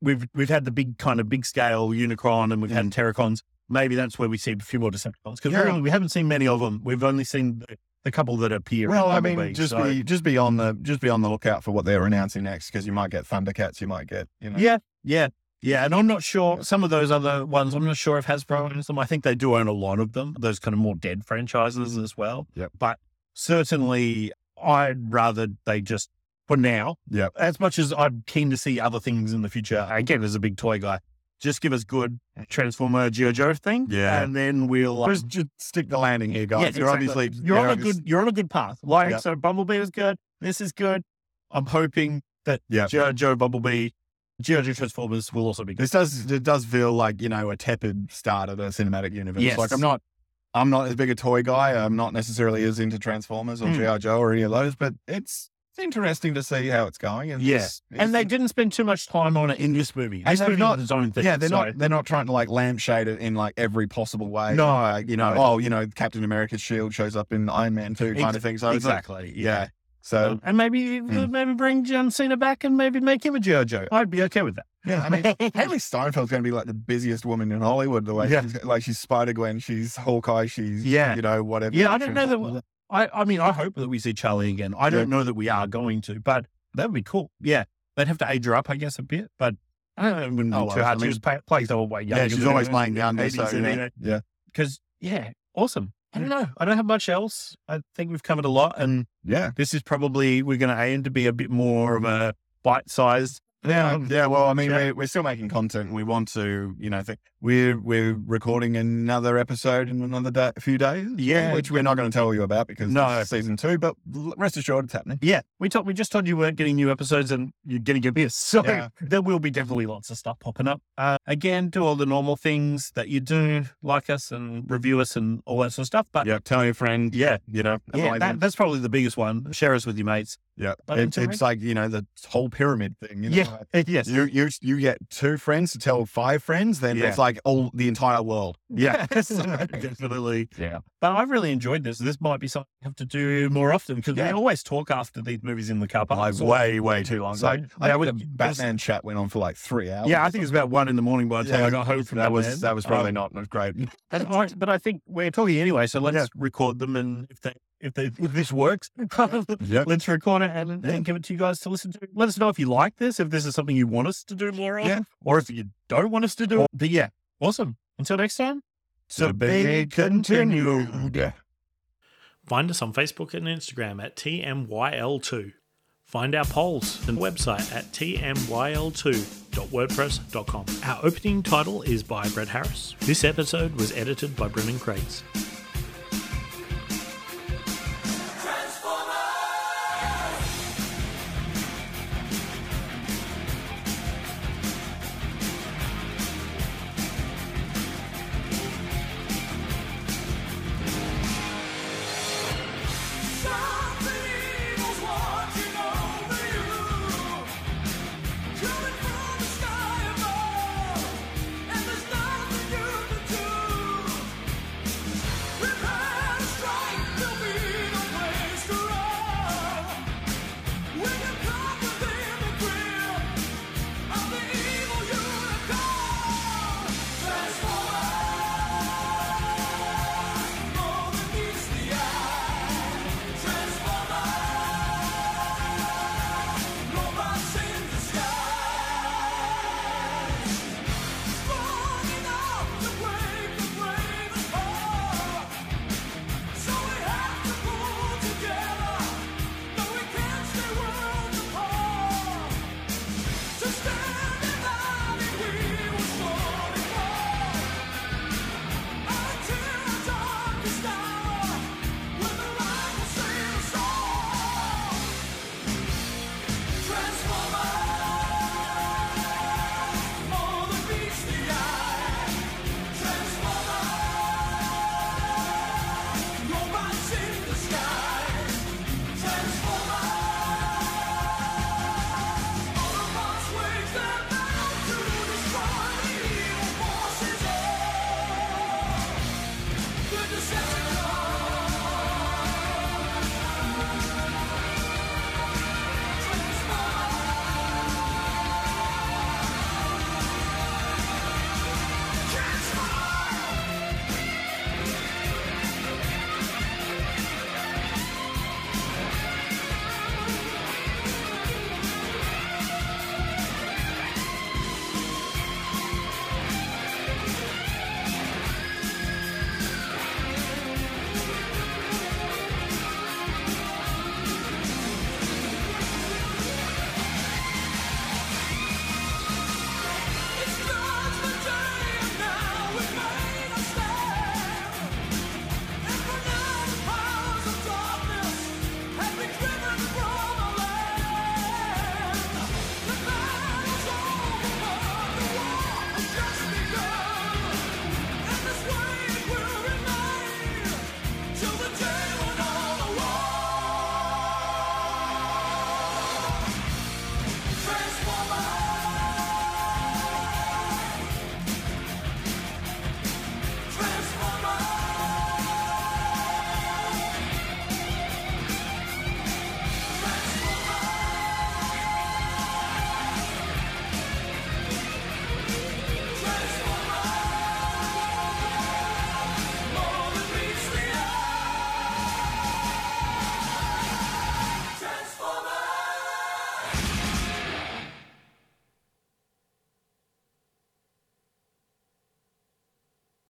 Speaker 2: We've we've had the big kind of big scale Unicron, and we've had Terracons. Maybe that's where we see a few more Decepticons because
Speaker 3: Mm. Yeah.
Speaker 2: we haven't seen many of them. We've only seen the, the couple that appear. in
Speaker 3: Well, I mean,
Speaker 2: Bumblebee,
Speaker 3: just
Speaker 2: so-
Speaker 3: be just be on the just be on the lookout for what they're announcing next because you might get Thundercats, you might get you know.
Speaker 2: Yeah, yeah, yeah. And I'm not sure some of those other ones. I'm not sure if Hasbro owns them. I think they do own a lot of them. Those kind of more dead franchises as well.
Speaker 3: Yep.
Speaker 2: But certainly, I'd rather they just for now.
Speaker 3: Yep.
Speaker 2: As much as I'm keen to see other things in the future, again, as a big toy guy, just give us good Transformer Geo Joe thing.
Speaker 3: Yeah.
Speaker 2: And then we'll. uh,
Speaker 3: Just, just stick the landing here, guys.
Speaker 2: Yeah,
Speaker 3: you're
Speaker 2: exactly.
Speaker 3: obviously
Speaker 2: you're on a
Speaker 3: obviously-
Speaker 2: good you're on a good path. Like
Speaker 3: Yep.
Speaker 2: so, Bumblebee was good. This is good. I'm hoping that
Speaker 3: Yeah.
Speaker 2: Joe Bumblebee, Geo Joe Transformers will also be good.
Speaker 3: This does it does feel like you know a tepid start of a cinematic universe.
Speaker 2: Yes.
Speaker 3: Like I'm not I'm not as big a toy guy. I'm not necessarily as into Transformers or
Speaker 2: Mm.
Speaker 3: GI Joe or any of those. But it's it's interesting to see how it's going. And
Speaker 2: Yeah.
Speaker 3: this- it's-
Speaker 2: and they didn't spend too much time on it in this movie.
Speaker 3: And
Speaker 2: This
Speaker 3: they've
Speaker 2: movie
Speaker 3: not-
Speaker 2: was its own thing.
Speaker 3: yeah they're
Speaker 2: so-
Speaker 3: not they're not trying to like lampshade it in like every possible way.
Speaker 2: No,
Speaker 3: Like, you know
Speaker 2: no.
Speaker 3: oh you know Captain America's shield shows up in Iron Man two kind
Speaker 2: Ex-
Speaker 3: of thing. So it's like,
Speaker 2: exactly.
Speaker 3: yeah. So
Speaker 2: Um, and maybe
Speaker 3: Mm.
Speaker 2: maybe bring John Cena back and maybe make him a G.I. Joe. I'd be okay with that.
Speaker 3: yeah, I mean. Haley Steinfeld's going to be like the busiest woman in Hollywood. The way
Speaker 2: Yeah.
Speaker 3: she's like she's Spider Gwen, she's Hawkeye, she's
Speaker 2: Yeah.
Speaker 3: you know whatever.
Speaker 2: yeah, I don't know that. I, I mean, I hope that we see Charlie again. I don't know that we are going to, but that would be cool. Yeah. They'd have to age her up, I guess, a bit, but I don't know. It wouldn't be
Speaker 4: Oh,
Speaker 2: too
Speaker 4: well,
Speaker 2: hard.
Speaker 4: I
Speaker 2: She
Speaker 4: mean-
Speaker 2: was play, plays the whole way
Speaker 4: Yeah,
Speaker 2: younger
Speaker 4: she's
Speaker 2: than
Speaker 4: always
Speaker 2: her.
Speaker 4: playing down there.
Speaker 2: 80s,
Speaker 4: So, you know.
Speaker 3: Yeah.
Speaker 2: Because, yeah, awesome. I don't know. I don't have much else. I think we've covered a lot. And
Speaker 3: Yeah.
Speaker 2: this is probably, we're going to aim to be a bit more of a bite sized.
Speaker 3: Yeah,
Speaker 2: Um,
Speaker 3: yeah. Well, I mean,
Speaker 2: yeah.
Speaker 3: we're, we're still making content. We want to, you know, think we're we're recording another episode in another day, a few days.
Speaker 2: Yeah.
Speaker 3: which we're not going to tell you about because
Speaker 2: No.
Speaker 3: it's season two. But l- rest assured, it's happening.
Speaker 2: Yeah, we told, we just told you we weren't getting new episodes and you're getting a miss. So
Speaker 3: Yeah.
Speaker 2: there will be definitely lots of stuff popping up. Uh, again, do all the normal things that you do, like us and review us and all that sort of stuff. But
Speaker 3: Yeah, tell your friend.
Speaker 2: yeah,
Speaker 3: You know,
Speaker 2: yeah,
Speaker 3: like
Speaker 2: that, that's probably the biggest one. Share us with your mates.
Speaker 3: yeah.
Speaker 2: but
Speaker 3: It,
Speaker 2: until
Speaker 3: it's like you know the whole pyramid thing. You know,
Speaker 2: yeah,
Speaker 3: like,
Speaker 2: yes,
Speaker 3: you you you get two friends to tell five friends, then
Speaker 2: Yeah.
Speaker 3: it's like all the entire world.
Speaker 2: yeah, definitely.
Speaker 3: Yeah.
Speaker 2: But I've really enjoyed this. This might be something I have to do more often because
Speaker 3: Yeah.
Speaker 2: we always talk after these movies in the car park.
Speaker 3: I've
Speaker 2: So-
Speaker 3: way way too long.
Speaker 2: So,
Speaker 3: So
Speaker 2: I
Speaker 3: I
Speaker 2: would-
Speaker 3: would Batman chat went on for like three hours.
Speaker 2: yeah, I think it was about one in the morning by the time
Speaker 3: Yeah,
Speaker 2: I got home from
Speaker 3: that was
Speaker 2: Batman.
Speaker 3: that was
Speaker 2: Um,
Speaker 3: probably not not great.
Speaker 2: And I, but I think we're talking anyway, so let's
Speaker 3: Yeah.
Speaker 2: record them. And if they, if they, if this works,
Speaker 3: Yeah.
Speaker 2: let's record it and,
Speaker 3: Yeah.
Speaker 2: and give it to you guys to listen to. Let us know if you like this, if this is something you want us to do more of,
Speaker 3: Yeah.
Speaker 2: or if you don't want us to do it. But yeah, awesome. Until next time.
Speaker 3: So be continued.
Speaker 5: Find us on Facebook and Instagram at TMYL2. Find our polls and website at tmyl2.wordpress.com. Our opening title is by Brad Harris. This episode was edited by Brennan Craigs.